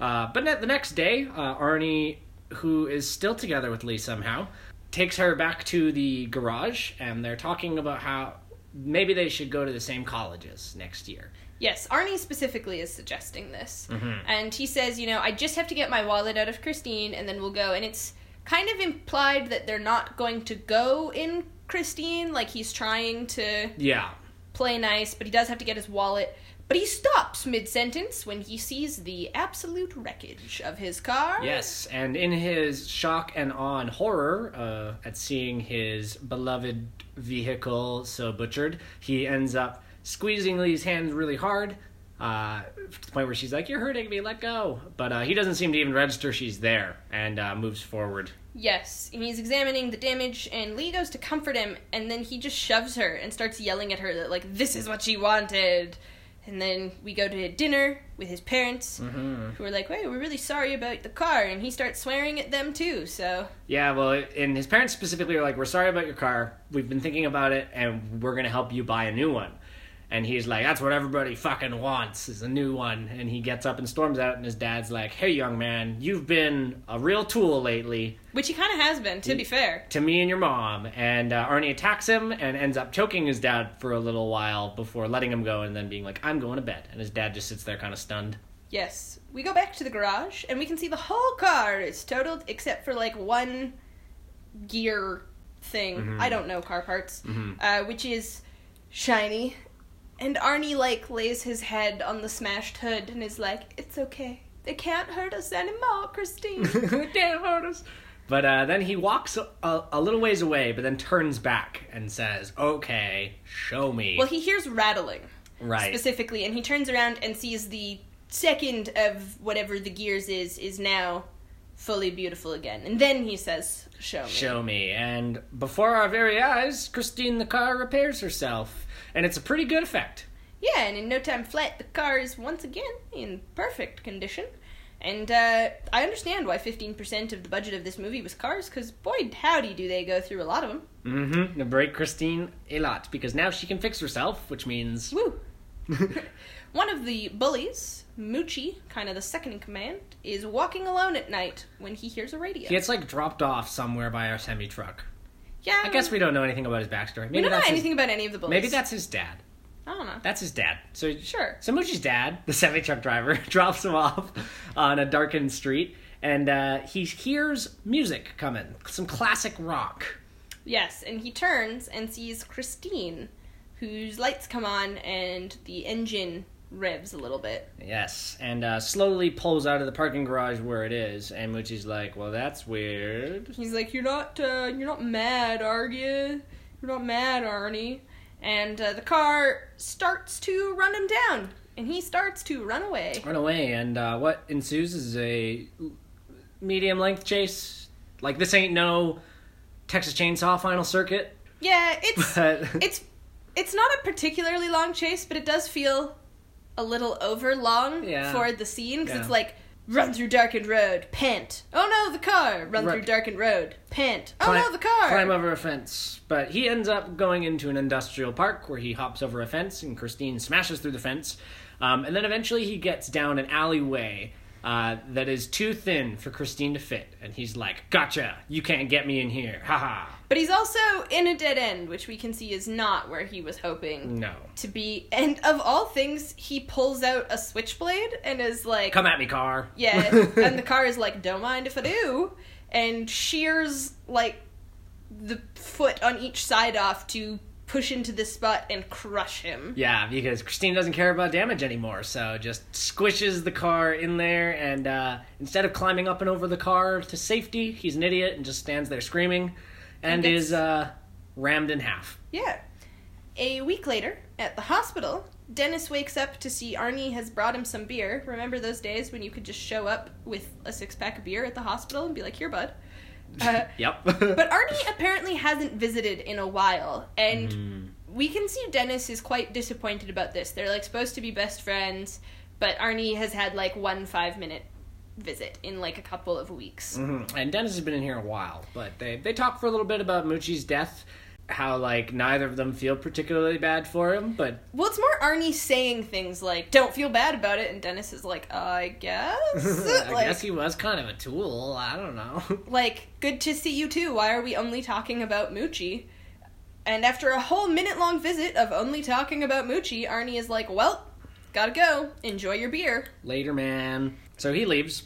Speaker 1: Uh, but ne- the next day, uh, Arnie, who is still together with Lee somehow, takes her back to the garage and they're talking about how maybe they should go to the same colleges next year.
Speaker 2: Yes, Arnie specifically is suggesting this. And he says, you know, I just have to get my wallet out of Christine and then we'll go. And it's kind of implied that they're not going to go in Christine. Like he's trying to
Speaker 1: Yeah.
Speaker 2: play nice, but he does have to get his wallet. But he stops mid sentence when he sees the absolute wreckage of his car.
Speaker 1: Yes, and in his shock and awe and horror uh, at seeing his beloved vehicle so butchered, he ends up squeezing Lee's hand really hard uh, to the point where she's like, You're hurting me, let go. But uh, he doesn't seem to even register she's there and uh, moves forward.
Speaker 2: Yes, and he's examining the damage, and Lee goes to comfort him, and then he just shoves her and starts yelling at her that, like, this is what she wanted. And then we go to dinner with his parents, who are like, wait, we're really sorry about the car. And he starts swearing at them, too, so.
Speaker 1: Yeah, well, and his parents specifically are like, "We're sorry about your car. We've been thinking about it, and we're gonna help you buy a new one." And he's like, "That's what everybody fucking wants is a new one." And he gets up and storms out, and his dad's like, "Hey, young man, you've been a real tool lately
Speaker 2: Which he kind of has been, to be fair.
Speaker 1: to me and your mom." And uh, Arnie attacks him and ends up choking his dad for a little while before letting him go, and then being like, "I'm going to bed." And his dad just sits there, kind of stunned.
Speaker 2: Yes. We go back to the garage, and we can see the whole car is totaled except for, like, one gear thing. I don't know car parts, uh, which is shiny. And Arnie, like, lays his head on the smashed hood and is like, It's okay. They can't hurt us anymore, Christine.
Speaker 1: Damn Otis. But uh, then he walks a, a little ways away, but then turns back and says, "Okay, show me."
Speaker 2: well, he hears rattling.
Speaker 1: right.
Speaker 2: specifically, and he turns around and sees the second of whatever the gears is is now fully beautiful again. And then he says, "Show me."
Speaker 1: Show me. And before our very eyes, Christine the car repairs herself, and it's a pretty good effect.
Speaker 2: Yeah, and in no time flat, the car is once again in perfect condition. And uh, I understand why 15% of the budget of this movie was cars, because boy, howdy, do they go through a lot of them.
Speaker 1: Mm-hmm. To break Christine a lot because now she can fix herself, which means
Speaker 2: Woo! One of the bullies, Moochie, kind of the second in command, is walking alone at night when he hears a radio.
Speaker 1: he gets like dropped off somewhere by our semi truck.
Speaker 2: yeah,
Speaker 1: I guess we don't know anything about his backstory. Maybe
Speaker 2: Um, We don't know
Speaker 1: that's
Speaker 2: anything about any of the
Speaker 1: His,
Speaker 2: bullies.
Speaker 1: maybe that's his dad.
Speaker 2: I don't know.
Speaker 1: That's his dad. So
Speaker 2: Sure.
Speaker 1: So Moochie's dad, the semi truck driver, drops him off on a darkened street, and uh, he hears music coming, some classic rock.
Speaker 2: Yes, and he turns and sees Christine, whose lights come on and the engine revs a little bit.
Speaker 1: Yes, and uh, slowly pulls out of the parking garage where it is, and Moochie's like, "Well, that's weird."
Speaker 2: He's like, "You're not, uh, you're not mad, are you? You're not mad, Arnie." And uh, the car starts to run him down, and he starts to run away.
Speaker 1: Run away, and uh, what ensues is a medium length chase. Like this ain't no Texas Chainsaw Final Circuit,
Speaker 2: Yeah, it's
Speaker 1: but
Speaker 2: it's it's not a particularly long chase, but it does feel a little over long
Speaker 1: Yeah.
Speaker 2: for the scene because it's
Speaker 1: Yeah.
Speaker 2: like run through darkened road, pant. Oh no, the car. Run
Speaker 1: Right.
Speaker 2: through darkened road, pant. Oh
Speaker 1: Cli-
Speaker 2: no, the car.
Speaker 1: Climb over a fence. But he ends up going into an industrial park where he hops over a fence, and Christine smashes through the fence. Um, and then eventually he gets down an alleyway uh, that is too thin for Christine to fit. And he's like, Gotcha! You can't get me in here. Haha.
Speaker 2: But he's also in a dead end, which we can see is not where he was hoping
Speaker 1: No.
Speaker 2: to be. And of all things, he pulls out a switchblade and is like,
Speaker 1: Come at me, car.
Speaker 2: Yeah, and the car is like, don't mind if I do, and shears like the foot on each side off to push into this spot and crush him.
Speaker 1: Yeah, because Christine doesn't care about damage anymore, so just squishes the car in there, and uh, instead of climbing up and over the car to safety, he's an idiot and just stands there screaming, and,
Speaker 2: And gets-
Speaker 1: is uh, rammed in half.
Speaker 2: Yeah. A week later, at the hospital, Dennis wakes up to see Arnie has brought him some beer. Remember those days when you could just show up with a six pack of beer at the hospital and be like, here, bud. Uh,
Speaker 1: Yep.
Speaker 2: But Arnie apparently hasn't visited in a while, and
Speaker 1: Hmm.
Speaker 2: we can see Dennis is quite disappointed about this. They're like supposed to be best friends, but Arnie has had like one five minute visit in like a couple of
Speaker 1: Hmm.
Speaker 2: weeks.
Speaker 1: And Dennis has been in here a while, but they they talk for a little bit about Moochie's death, how like neither of them feel particularly bad for him, but
Speaker 2: Well, it's more Arnie saying things like "Don't feel bad about it," and Dennis is like, "I guess."
Speaker 1: I
Speaker 2: like,
Speaker 1: guess he was kind of a tool. I don't know.
Speaker 2: like, good to see you too. Why are we only talking about Moochie? And after a whole minute long visit of only talking about Moochie, Arnie is like, well, gotta go. Enjoy your beer.
Speaker 1: Later, man. So he leaves.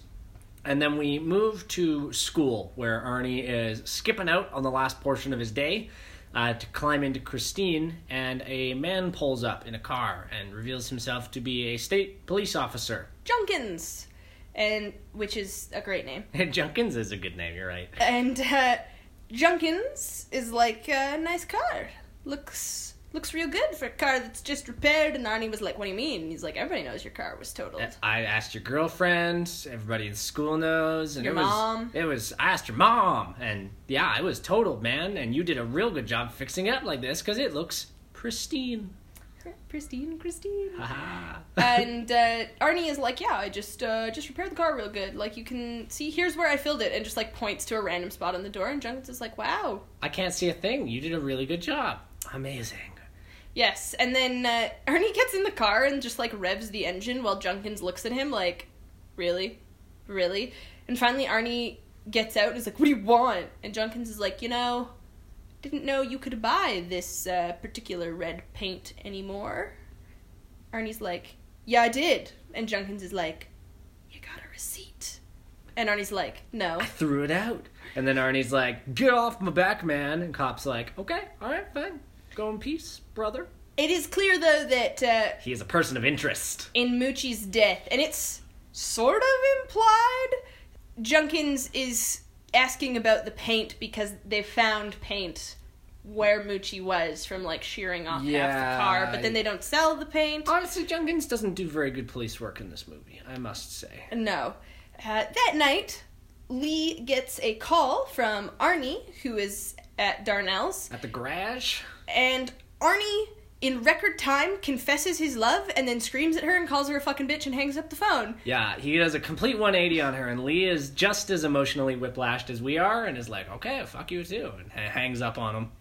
Speaker 1: And then we move to school, where Arnie is skipping out on the last portion of his day uh, to climb into Christine. And a man pulls up in a car and reveals himself to be a state police officer.
Speaker 2: Junkins! And, which is a great name.
Speaker 1: Junkins is a good name, you're right.
Speaker 2: And, uh, Junkins is like, uh, nice car. Looks, looks real good for a car that's just repaired. And Arnie was like, what do you mean? And he's like, everybody knows your car was totaled.
Speaker 1: I asked your girlfriend, everybody in school knows, and
Speaker 2: Your
Speaker 1: it was
Speaker 2: mom.
Speaker 1: it was I asked your mom, and yeah, it was totaled, man, and you did a real good job fixing it up like this because it looks pristine.
Speaker 2: Christine, Christine.
Speaker 1: Haha.
Speaker 2: and uh, Arnie is like, "Yeah, I just uh, just repaired the car real good. Like you can see, here's where I filled it," and just like points to a random spot on the door. And Junkins is like, "Wow,
Speaker 1: I can't see a thing. You did a really good job. Amazing.
Speaker 2: yes." And then uh, Arnie gets in the car and just like revs the engine while Junkins looks at him like, "Really, really?" And finally, Arnie gets out and is like, "What do you want?" And Junkins is like, "You know, didn't know you could buy this uh, particular red paint anymore." Arnie's like, Yeah, I did. And Junkins is like, You got a receipt. And Arnie's like, No.
Speaker 1: I threw it out. And then Arnie's like, Get off my back, man. And Cop's like, Okay, all right, fine. Go in peace, brother.
Speaker 2: It is clear, though, that uh,
Speaker 1: He is a person of interest.
Speaker 2: in Moochie's death, and it's sort of implied, Junkins is asking about the paint because they found paint where Moochie was from like shearing off half
Speaker 1: Yeah.
Speaker 2: the car, but then they don't sell the paint.
Speaker 1: Honestly, Junkins doesn't do very good police work in this movie, I must say.
Speaker 2: No. Uh, that night, Lee gets a call from Arnie, who is at Darnell's,
Speaker 1: At the garage?
Speaker 2: and Arnie, in record time, confesses his love and then screams at her and calls her a fucking bitch and hangs up the phone.
Speaker 1: Yeah, he does a complete 180 on her, and Lee is just as emotionally whiplashed as we are and is like, Okay, fuck you too, and h- hangs up on him.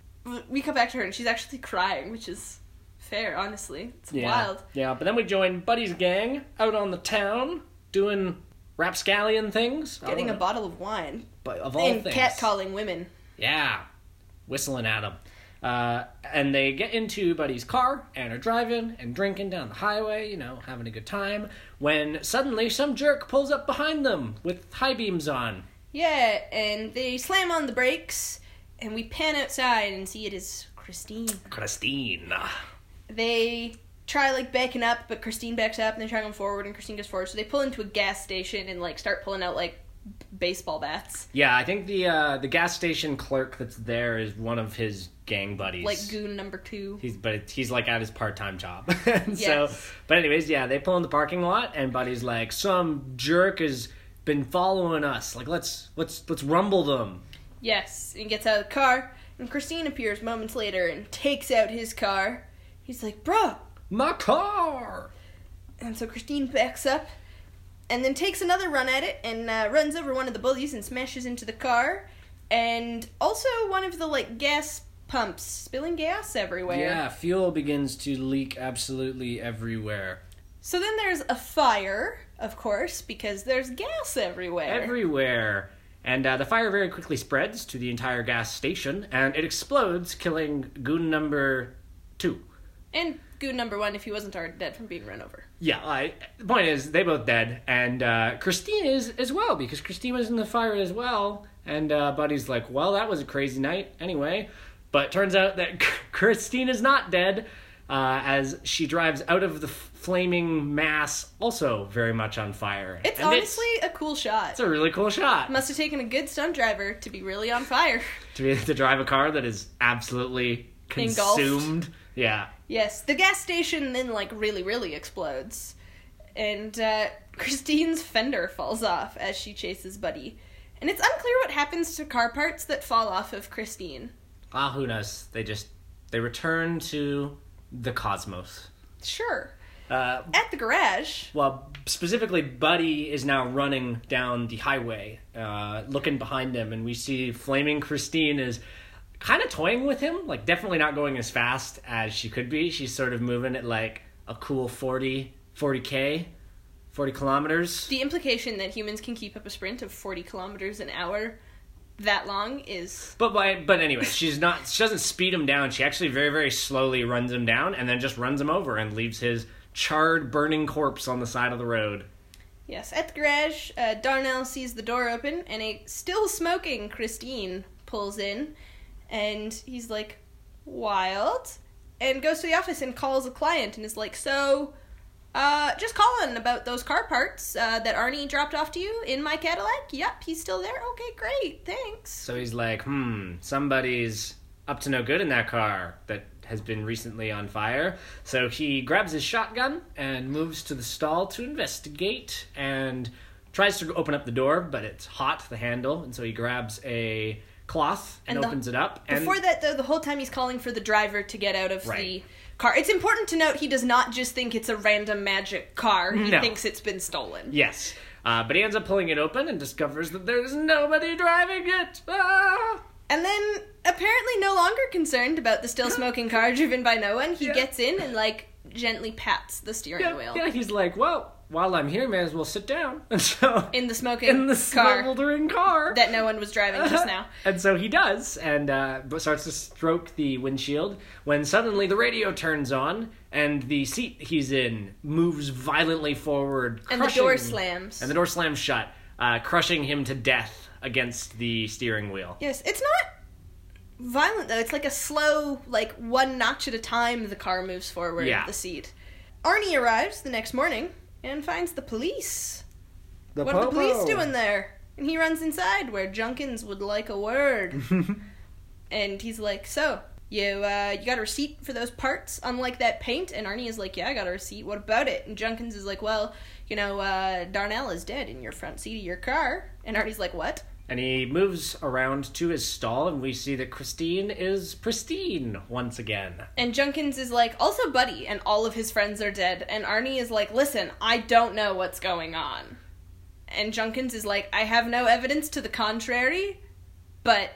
Speaker 2: We come back to her and she's actually crying, which is fair, honestly. It's wild.
Speaker 1: Yeah, but then we join Buddy's gang out on the town doing rapscallion things. I
Speaker 2: Getting a
Speaker 1: don't know,
Speaker 2: bottle of wine
Speaker 1: but of all
Speaker 2: and
Speaker 1: things.
Speaker 2: catcalling women.
Speaker 1: Yeah, whistling at him. Uh, and they get into Buddy's car and are driving and drinking down the highway, you know, having a good time. When suddenly some jerk pulls up behind them with high beams on.
Speaker 2: Yeah, and they slam on the brakes, and we pan outside and see it is Christine.
Speaker 1: Christine.
Speaker 2: they try like backing up, but Christine backs up, and they try going forward, and Christine goes forward. So they pull into a gas station and like start pulling out like b- baseball bats,
Speaker 1: Yeah, I think the uh, the gas station clerk that's there is one of his gang buddies.
Speaker 2: like goon number two.
Speaker 1: He's but it's, he's like at his part time job. And So,
Speaker 2: Yes.
Speaker 1: but anyways, yeah, they pull in the parking lot, and Buddy's like, some jerk has been following us. Like, let's let's let's rumble them.
Speaker 2: Yes, and gets out of the car, and Christine appears moments later and takes out his car. He's like, "Bruh,"
Speaker 1: My car.
Speaker 2: and so Christine backs up, and then takes another run at it and uh, runs over one of the bullies and smashes into the car, and also one of the like gas pumps spilling gas everywhere.
Speaker 1: Yeah, fuel begins to leak absolutely everywhere.
Speaker 2: So then there's a fire, of course, because there's gas everywhere.
Speaker 1: Everywhere. And uh, the fire very quickly spreads to the entire gas station, and it explodes, killing goon number two.
Speaker 2: and goon number one, if he wasn't already dead from being run over.
Speaker 1: Yeah, I, the point is they both dead, and uh, Christine is as well because Christine was in the fire as well. And uh, Buddy's like, "Well, that was a crazy night, anyway." But turns out that Christine is not dead, uh, as she drives out of the f- flaming mass, also very much on fire.
Speaker 2: It's
Speaker 1: And
Speaker 2: honestly a cool shot.
Speaker 1: it's, a really cool shot
Speaker 2: Must have taken a good stunt driver to be really on fire.
Speaker 1: to be to drive a car that is absolutely
Speaker 2: Engulfed.
Speaker 1: consumed. Yeah,
Speaker 2: yes, the gas station then, like, really, really explodes. And uh, Christine's fender falls off as she chases Buddy. And it's unclear what happens to car parts that fall off of Christine.
Speaker 1: ah, who knows? They just they return to the cosmos.
Speaker 2: Sure.
Speaker 1: Uh,
Speaker 2: At the garage.
Speaker 1: well, specifically, Buddy is now running down the highway, uh, looking behind him, and we see Flaming Christine is kind of toying with him, like definitely not going as fast as she could be. She's sort of moving at like a cool 40, 40k, 40 kilometers.
Speaker 2: The implication that humans can keep up a sprint of 40 kilometers an hour that long is.
Speaker 1: But by, but anyway, she's not. She doesn't speed him down. She actually very very slowly runs him down, and then just runs him over and leaves his charred, burning corpse on the side of the road.
Speaker 2: Yes, at the garage, uh, Darnell sees the door open and a still smoking Christine pulls in and he's like, wild, and goes to the office and calls a client and is like, so, uh, just calling about those car parts uh, that Arnie dropped off to you in my Cadillac. Yep, he's still there. Okay, great, thanks.
Speaker 1: So he's like, hmm, somebody's up to no good in that car that has been recently on fire. So he grabs his shotgun and moves to the stall to investigate and tries to open up the door, but it's hot, the handle, and so he grabs a cloth and,
Speaker 2: And the-
Speaker 1: opens it up.
Speaker 2: Before
Speaker 1: and,
Speaker 2: that, though, the whole time he's calling for the driver to get out of the
Speaker 1: Right.
Speaker 2: car. It's important to note he does not just think it's a random magic car, he
Speaker 1: No.
Speaker 2: thinks it's been stolen.
Speaker 1: Yes. Uh, but he ends up pulling it open and discovers that there's nobody driving it. Ah!
Speaker 2: And then, apparently, no longer concerned about the still smoking car driven by no one, he
Speaker 1: Yeah.
Speaker 2: gets in and like gently pats the steering
Speaker 1: Yeah,
Speaker 2: wheel
Speaker 1: yeah, he's like, well, while I'm here, may as well sit down. And so,
Speaker 2: in the smoking
Speaker 1: in the Uh-huh.
Speaker 2: car
Speaker 1: smoldering car.
Speaker 2: that no one was driving just now.
Speaker 1: and so he does, and uh, but starts to stroke the windshield when suddenly the radio turns on, and the seat he's in moves violently forward,
Speaker 2: And the door
Speaker 1: crushing-
Speaker 2: slams.
Speaker 1: and the door slams shut, uh, crushing him to death against the steering wheel.
Speaker 2: yes, it's not violent though. It's like a slow, like one notch at a time. The car moves forward.
Speaker 1: Yeah.
Speaker 2: The seat. Arnie arrives the next morning and finds the police.
Speaker 1: The
Speaker 2: what are the police doing there? And he runs inside where Junkins would like a word. and he's like, "So, you uh, you got a receipt for those parts? Unlike that paint?" And Arnie is like, "Yeah, I got a receipt. What about it?" And Junkins is like, "Well, you know, uh, Darnell is dead in your front seat of your car." And Arnie's like, "What?"
Speaker 1: And he moves around to his stall, and we see that Christine is pristine once again.
Speaker 2: And Junkins is like, "Also, Buddy and all of his friends are dead." And Arnie is like, "Listen, I don't know what's going on." And Junkins is like, "I have no evidence to the contrary, but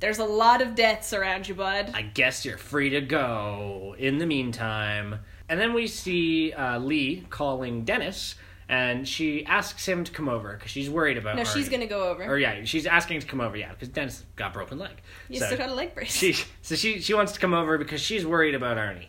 Speaker 2: there's a lot of deaths around you, bud."
Speaker 1: I guess you're free to go in the meantime. And then we see uh, Lee calling Dennis, and she asks him to come over because she's worried about.
Speaker 2: no, she's
Speaker 1: Arnie.
Speaker 2: gonna go over.
Speaker 1: Or yeah, she's asking to come over. Yeah, because Dennis got broken leg.
Speaker 2: you
Speaker 1: so
Speaker 2: still got a leg brace.
Speaker 1: she so she she wants to come over because she's worried about Arnie.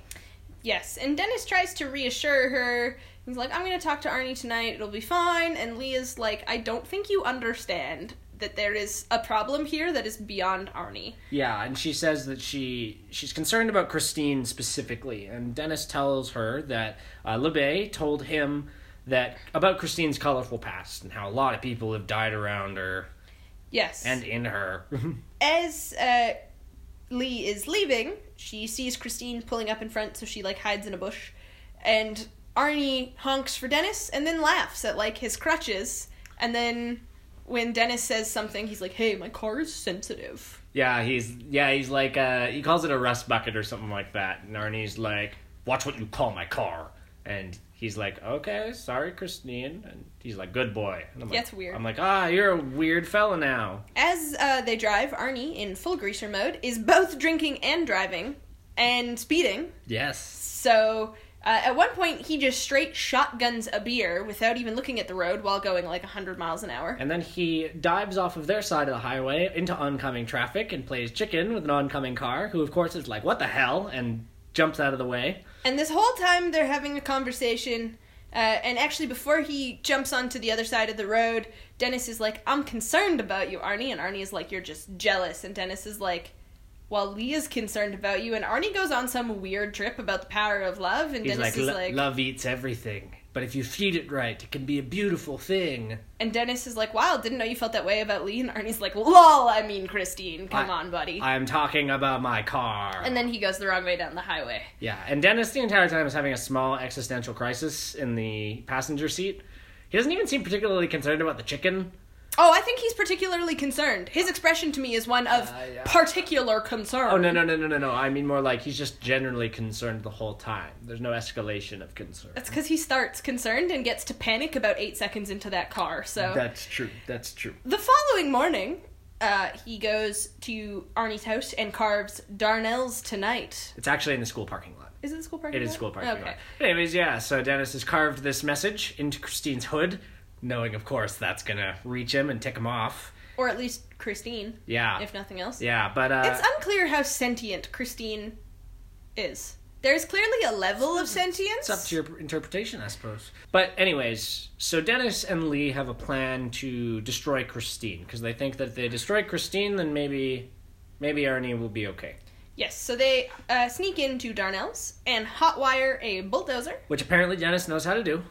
Speaker 2: Yes, and Dennis tries to reassure her. He's like, I'm going to talk to Arnie tonight. It'll be fine. And Leah's like, I don't think you understand that there is a problem here that is beyond Arnie.
Speaker 1: Yeah, and she says that she she's concerned about Christine specifically, and Dennis tells her that uh, LeBay told him that about Christine's colorful past and how a lot of people have died around her
Speaker 2: Yes.
Speaker 1: and in her.
Speaker 2: as uh, Lee is leaving, she sees Christine pulling up in front, so she like hides in a bush, and Arnie honks for Dennis and then laughs at like his crutches, and then when Dennis says something, he's like, "Hey, my car is sensitive."
Speaker 1: yeah, he's yeah he's like uh, he calls it a rust bucket or something like that, and Arnie's like, "Watch what you call my car," and he's like, "Okay, sorry, Christine," and he's like, "Good boy." And I'm like,
Speaker 2: That's weird.
Speaker 1: I'm like, ah, you're a weird fella now.
Speaker 2: As uh, they drive, Arnie in full greaser mode is both drinking and driving and speeding.
Speaker 1: Yes.
Speaker 2: So uh, at one point, he just straight shotguns a beer without even looking at the road while going like 100 miles an hour.
Speaker 1: And then he dives off of their side of the highway into oncoming traffic and plays chicken with an oncoming car, who of course is like, "What the hell?" and jumps out of the way.
Speaker 2: And this whole time they're having a conversation. Uh, and actually, before he jumps onto the other side of the road, Dennis is like, I'm concerned about you, Arnie. And Arnie is like, You're just jealous. And Dennis is like, Well, Leah's concerned about you. And Arnie goes on some weird trip about the power of love. And
Speaker 1: He's
Speaker 2: Dennis
Speaker 1: like,
Speaker 2: is
Speaker 1: "Lo-
Speaker 2: like,
Speaker 1: "Love eats everything, but if you feed it right, it can be a beautiful thing."
Speaker 2: And Dennis is like, Wow, didn't know you felt that way about Lee. And Arnie's like, Lol, I mean, Christine. Come
Speaker 1: I-
Speaker 2: on, buddy.
Speaker 1: I'm talking about my car.
Speaker 2: and then he goes the wrong way down the highway.
Speaker 1: yeah, and Dennis the entire time is having a small existential crisis in the passenger seat. He doesn't even seem particularly concerned about the chicken.
Speaker 2: Oh, I think he's particularly concerned. His expression to me is one of
Speaker 1: Uh, yeah.
Speaker 2: particular concern.
Speaker 1: Oh no no no no no no! I mean more like he's just generally concerned the whole time. There's no escalation of concern.
Speaker 2: That's because he starts concerned and gets to panic about eight seconds into that car. So
Speaker 1: That's true. That's true.
Speaker 2: the following morning, uh, he goes to Arnie's house and carves Darnell's tonight.
Speaker 1: It's actually in the school parking lot.
Speaker 2: Is it the school parking?
Speaker 1: It is
Speaker 2: lot?
Speaker 1: school parking
Speaker 2: Mm-hmm. okay.
Speaker 1: lot. Anyways, yeah. So Dennis has carved this message into Christine's hood, knowing, of course, that's gonna reach him and tick him off.
Speaker 2: Or at least Christine,
Speaker 1: Yeah.
Speaker 2: if nothing else.
Speaker 1: Ah. yeah, but uh,
Speaker 2: It's unclear how sentient Christine is. There's clearly a level of sentience.
Speaker 1: It's up to your interpretation, I suppose. But, anyways, so Dennis and Lee have a plan to destroy Christine because they think that if they destroy Christine, then maybe, maybe Arnie will be okay.
Speaker 2: Yes, so they uh, sneak into Darnell's and hotwire a bulldozer.
Speaker 1: Which apparently Dennis knows how to do.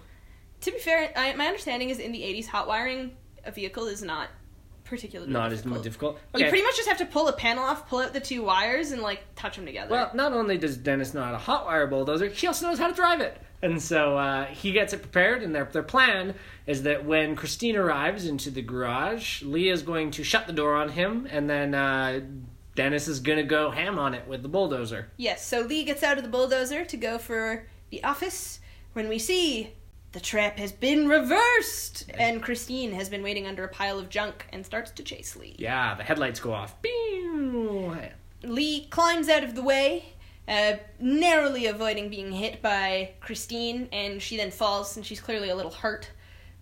Speaker 2: To be fair, I, my understanding is in the 80s, hotwiring a vehicle is not particularly
Speaker 1: Not as
Speaker 2: difficult.
Speaker 1: difficult.
Speaker 2: You pretty much just have to pull a panel off, pull out the two wires, and like touch them together.
Speaker 1: Well, not only does Dennis know how to hotwire a bulldozer, he also knows how to drive it. And so uh, he gets it prepared, and their, their plan is that when Christine arrives into the garage, Lee is going to shut the door on him, and then uh, Dennis is going to go ham on it with the bulldozer.
Speaker 2: yes, so Lee gets out of the bulldozer to go for the office when we see the trap has been reversed, and Christine has been waiting under a pile of junk and starts to chase Lee.
Speaker 1: Yeah, the headlights go off. Pew!
Speaker 2: Lee climbs out of the way, uh, narrowly avoiding being hit by Christine, and she then falls, and she's clearly a little hurt.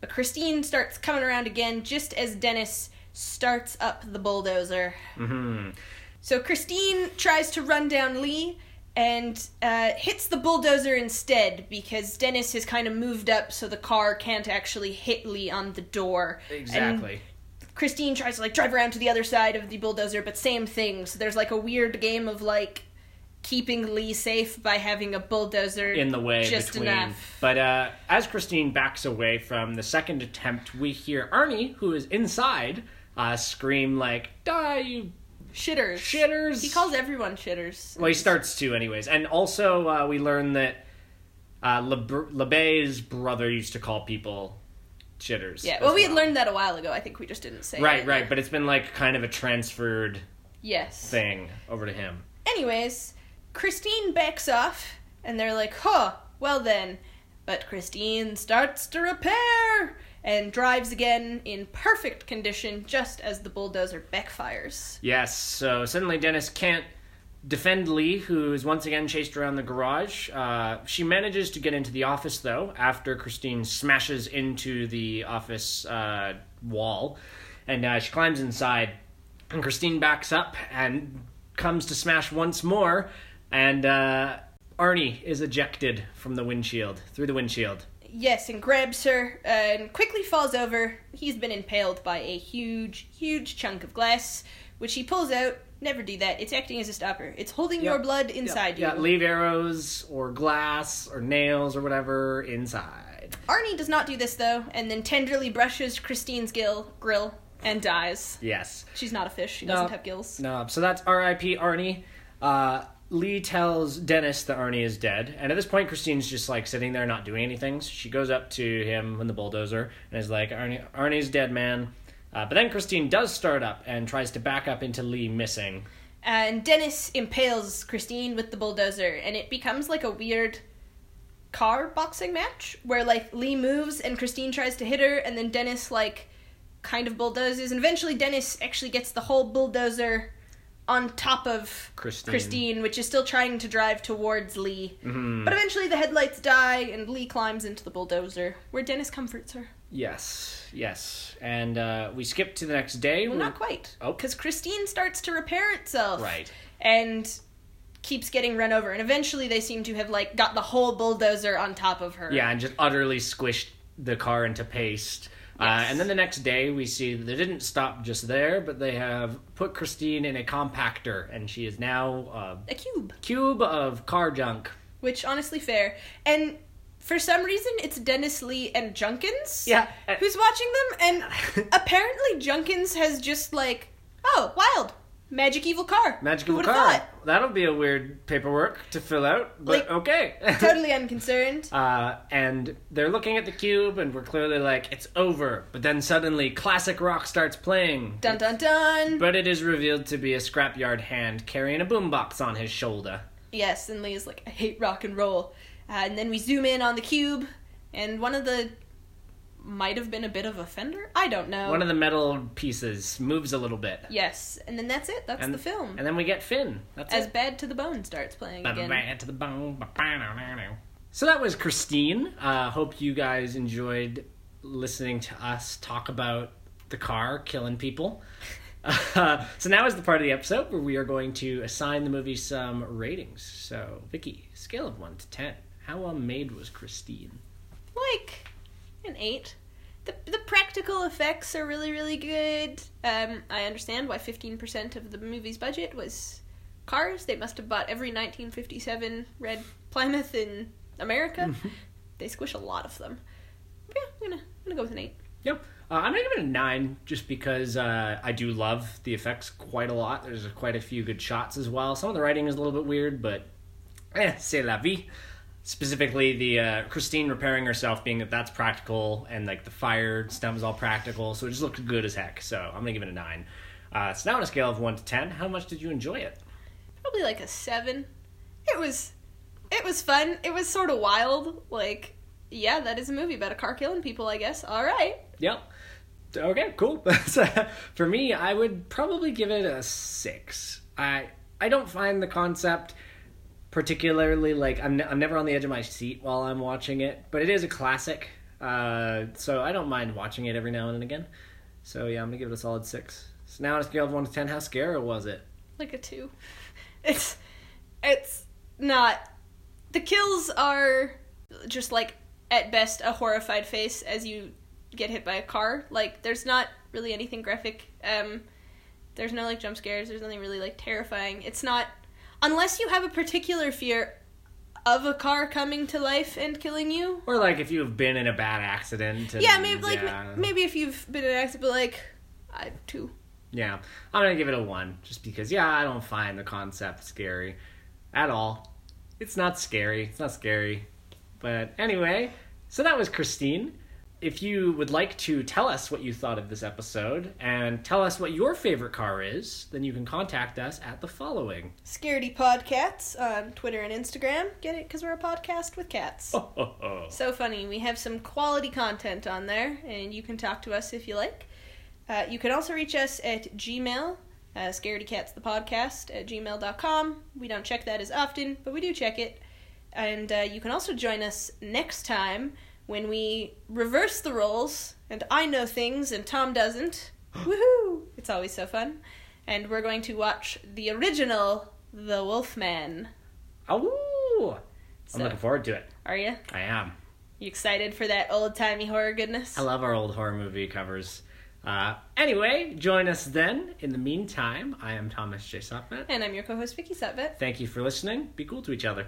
Speaker 2: But Christine starts coming around again just as Dennis starts up the bulldozer.
Speaker 1: Mhm.
Speaker 2: So Christine tries to run down Lee and uh, hits the bulldozer instead because Dennis has kind of moved up so the car can't actually hit Lee on the door. And
Speaker 1: Exactly.
Speaker 2: Christine tries to like drive around to the other side of the bulldozer, but same thing. So there's like a weird game of like keeping Lee safe by having a bulldozer
Speaker 1: in the way
Speaker 2: just
Speaker 1: between.
Speaker 2: enough.
Speaker 1: But uh, as Christine backs away from the second attempt, we hear Arnie, who is inside, uh, scream like, "Die, you
Speaker 2: Shitters.
Speaker 1: shitters!"
Speaker 2: He calls everyone shitters.
Speaker 1: Well, he starts to, anyways. And also, uh, we learn that uh, Leb- LeBay's brother used to call people shitters.
Speaker 2: yeah.
Speaker 1: as
Speaker 2: Well, we had learned that a while ago. I think we just didn't say
Speaker 1: Right,
Speaker 2: it.
Speaker 1: right, but it's been like kind of a transferred
Speaker 2: Yes.
Speaker 1: thing over to him.
Speaker 2: Anyways, Christine backs off, and they're like, huh, well then. But Christine starts to repair and drives again in perfect condition just as the bulldozer backfires.
Speaker 1: Yes, so suddenly Dennis can't defend Lee, who is once again chased around the garage. Uh, she manages to get into the office, though, after Christine smashes into the office uh, wall. And uh, she climbs inside, and Christine backs up and comes to smash once more. And uh, Arnie is ejected from the windshield, through the windshield.
Speaker 2: Yes, and grabs her uh, and quickly falls over. He's been impaled by a huge, huge chunk of glass, which he pulls out. Never do that. It's acting as a stopper. It's holding
Speaker 1: Yeah.
Speaker 2: your blood inside
Speaker 1: Yeah,
Speaker 2: you.
Speaker 1: leave arrows or glass or nails or whatever inside.
Speaker 2: Arnie does not do this though, and then tenderly brushes Christine's gill grill and dies.
Speaker 1: Yes.
Speaker 2: She's not a fish. She
Speaker 1: No.
Speaker 2: doesn't have gills.
Speaker 1: No, so that's R.I.P. Arnie. Uh, Lee tells Dennis that Arnie is dead, and at this point, Christine's just like sitting there not doing anything. So she goes up to him in the bulldozer and is like, "Arnie, Arnie's dead, man." Uh, but then Christine does start up and tries to back up into Lee missing.
Speaker 2: And Dennis impales Christine with the bulldozer, and it becomes like a weird car boxing match where like Lee moves and Christine tries to hit her, and then Dennis like kind of bulldozes, and eventually Dennis actually gets the whole bulldozer on top of
Speaker 1: Christine.
Speaker 2: Christine, which is still trying to drive towards Lee.
Speaker 1: Mhm.
Speaker 2: But eventually the headlights die, and Lee climbs into the bulldozer, where Dennis comforts her.
Speaker 1: Yes, yes, and uh, we skip to the next day.
Speaker 2: Well, not quite.
Speaker 1: Oh.
Speaker 2: Because Christine starts to repair itself.
Speaker 1: Right.
Speaker 2: And keeps getting run over. And eventually they seem to have, like, got the whole bulldozer on top of her.
Speaker 1: Yeah, and just utterly squished the car into paste. Uh,
Speaker 2: Yes.
Speaker 1: and then the next day, we see that they didn't stop just there, but they have put Christine in a compactor, and she is now
Speaker 2: A cube.
Speaker 1: a cube of car junk.
Speaker 2: Which, honestly, fair. And for some reason, it's Dennis Lee and Junkins.
Speaker 1: Yeah, uh-
Speaker 2: Who's watching them. And apparently Junkins has just, like, oh, wild. Magic evil car.
Speaker 1: Magic
Speaker 2: Who
Speaker 1: of a
Speaker 2: would've
Speaker 1: car.
Speaker 2: thought?
Speaker 1: That'll be a weird paperwork to fill out, but
Speaker 2: Like-
Speaker 1: okay.
Speaker 2: Totally unconcerned.
Speaker 1: Uh, and they're looking at the cube, and we're clearly like, it's over. But then suddenly, classic rock starts playing.
Speaker 2: Dun dun dun.
Speaker 1: But it is revealed to be a scrapyard hand carrying a boombox on his shoulder.
Speaker 2: Yes, and Leah's like, I hate rock and roll. Uh, and then we zoom in on the cube, and one of the might have been a bit of a fender. I don't know.
Speaker 1: One of the metal pieces moves a little bit.
Speaker 2: yes, and then that's it. That's
Speaker 1: And-
Speaker 2: the film.
Speaker 1: And then we get Finn. That's
Speaker 2: As
Speaker 1: it.
Speaker 2: Bad to the Bone starts playing again.
Speaker 1: Ba-ba-ba, to the bone, ba-ba-na-na-na. So that was Christine. Uh, hope you guys enjoyed listening to us talk about the car killing people. Uh, so now is the part of the episode where we are going to assign the movie some ratings. So, Vicky, scale of 1 to 10. How well made was Christine?
Speaker 2: Like an eight. The, the practical effects are really really good. Um, I understand why fifteen percent of the movie's budget was cars. They must have bought every nineteen fifty seven red Plymouth in America. they squish a lot of them. But yeah, I'm gonna I'm gonna go with an eight.
Speaker 1: Yep. Uh, I'm gonna give it a nine, just because uh, I do love the effects quite a lot. There's quite a few good shots as well. Some of the writing is a little bit weird, but eh, c'est la vie. Specifically, the uh, Christine repairing herself, being that that's practical, and like the fire stuff is all practical, so it just looked good as heck. So I'm gonna give it a nine. Uh, so now on a scale of one to ten, how much did you enjoy it?
Speaker 2: probably like a seven. It was, it was fun. It was sort of wild. Like, yeah, that is a movie about a car killing people. I guess. All right.
Speaker 1: Yep. Okay, cool. So, For me, I would probably give it a six. I I don't find the concept particularly like I'm ne- I'm never on the edge of my seat while I'm watching it, but it is a classic. Uh, so I don't mind watching it every now and again. So yeah, I'm gonna give it a solid six. So now on a scale of one to ten, how scary was it?
Speaker 2: like a two. It's it's not the kills are just like at best a horrified face as you get hit by a car. Like there's not really anything graphic. Um there's no like jump scares, there's nothing really like terrifying. It's not unless you have a particular fear of a car coming to life and killing you,
Speaker 1: Or like if you've been in a bad accident? And,
Speaker 2: yeah, maybe like
Speaker 1: yeah.
Speaker 2: m maybe if you've been an accident, but like I two.
Speaker 1: Yeah, I'm gonna give it a one, just because. Yeah, I don't find the concept scary, at all. It's not scary. It's not scary. But anyway, so that was Christine. If you would like to tell us what you thought of this episode and tell us what your favorite car is, then you can contact us at the following.
Speaker 2: Scaredy Podcats on Twitter and Instagram. Get it? Because we're a podcast
Speaker 1: Oh,
Speaker 2: with cats. So funny. We have some quality content on there, and you can talk to us if you like. Uh, you can also reach us at Gmail, uh, scaredycatsthepodcast at gmail.com. We don't check that as often, but we do check it. And uh, you can also join us next time when we reverse the roles, and I know things and Tom doesn't. Woohoo! It's always so fun. And we're going to watch the original The Wolfman.
Speaker 1: Ooh, I'm
Speaker 2: So,
Speaker 1: looking forward to it.
Speaker 2: are you?
Speaker 1: I am.
Speaker 2: You excited for that old timey horror goodness?
Speaker 1: I love our old horror movie covers. Uh, anyway, join us then. In the meantime, I am Thomas J. Softman.
Speaker 2: And I'm your co host, Vicky Sutvet.
Speaker 1: Thank you for listening. Be cool to each other.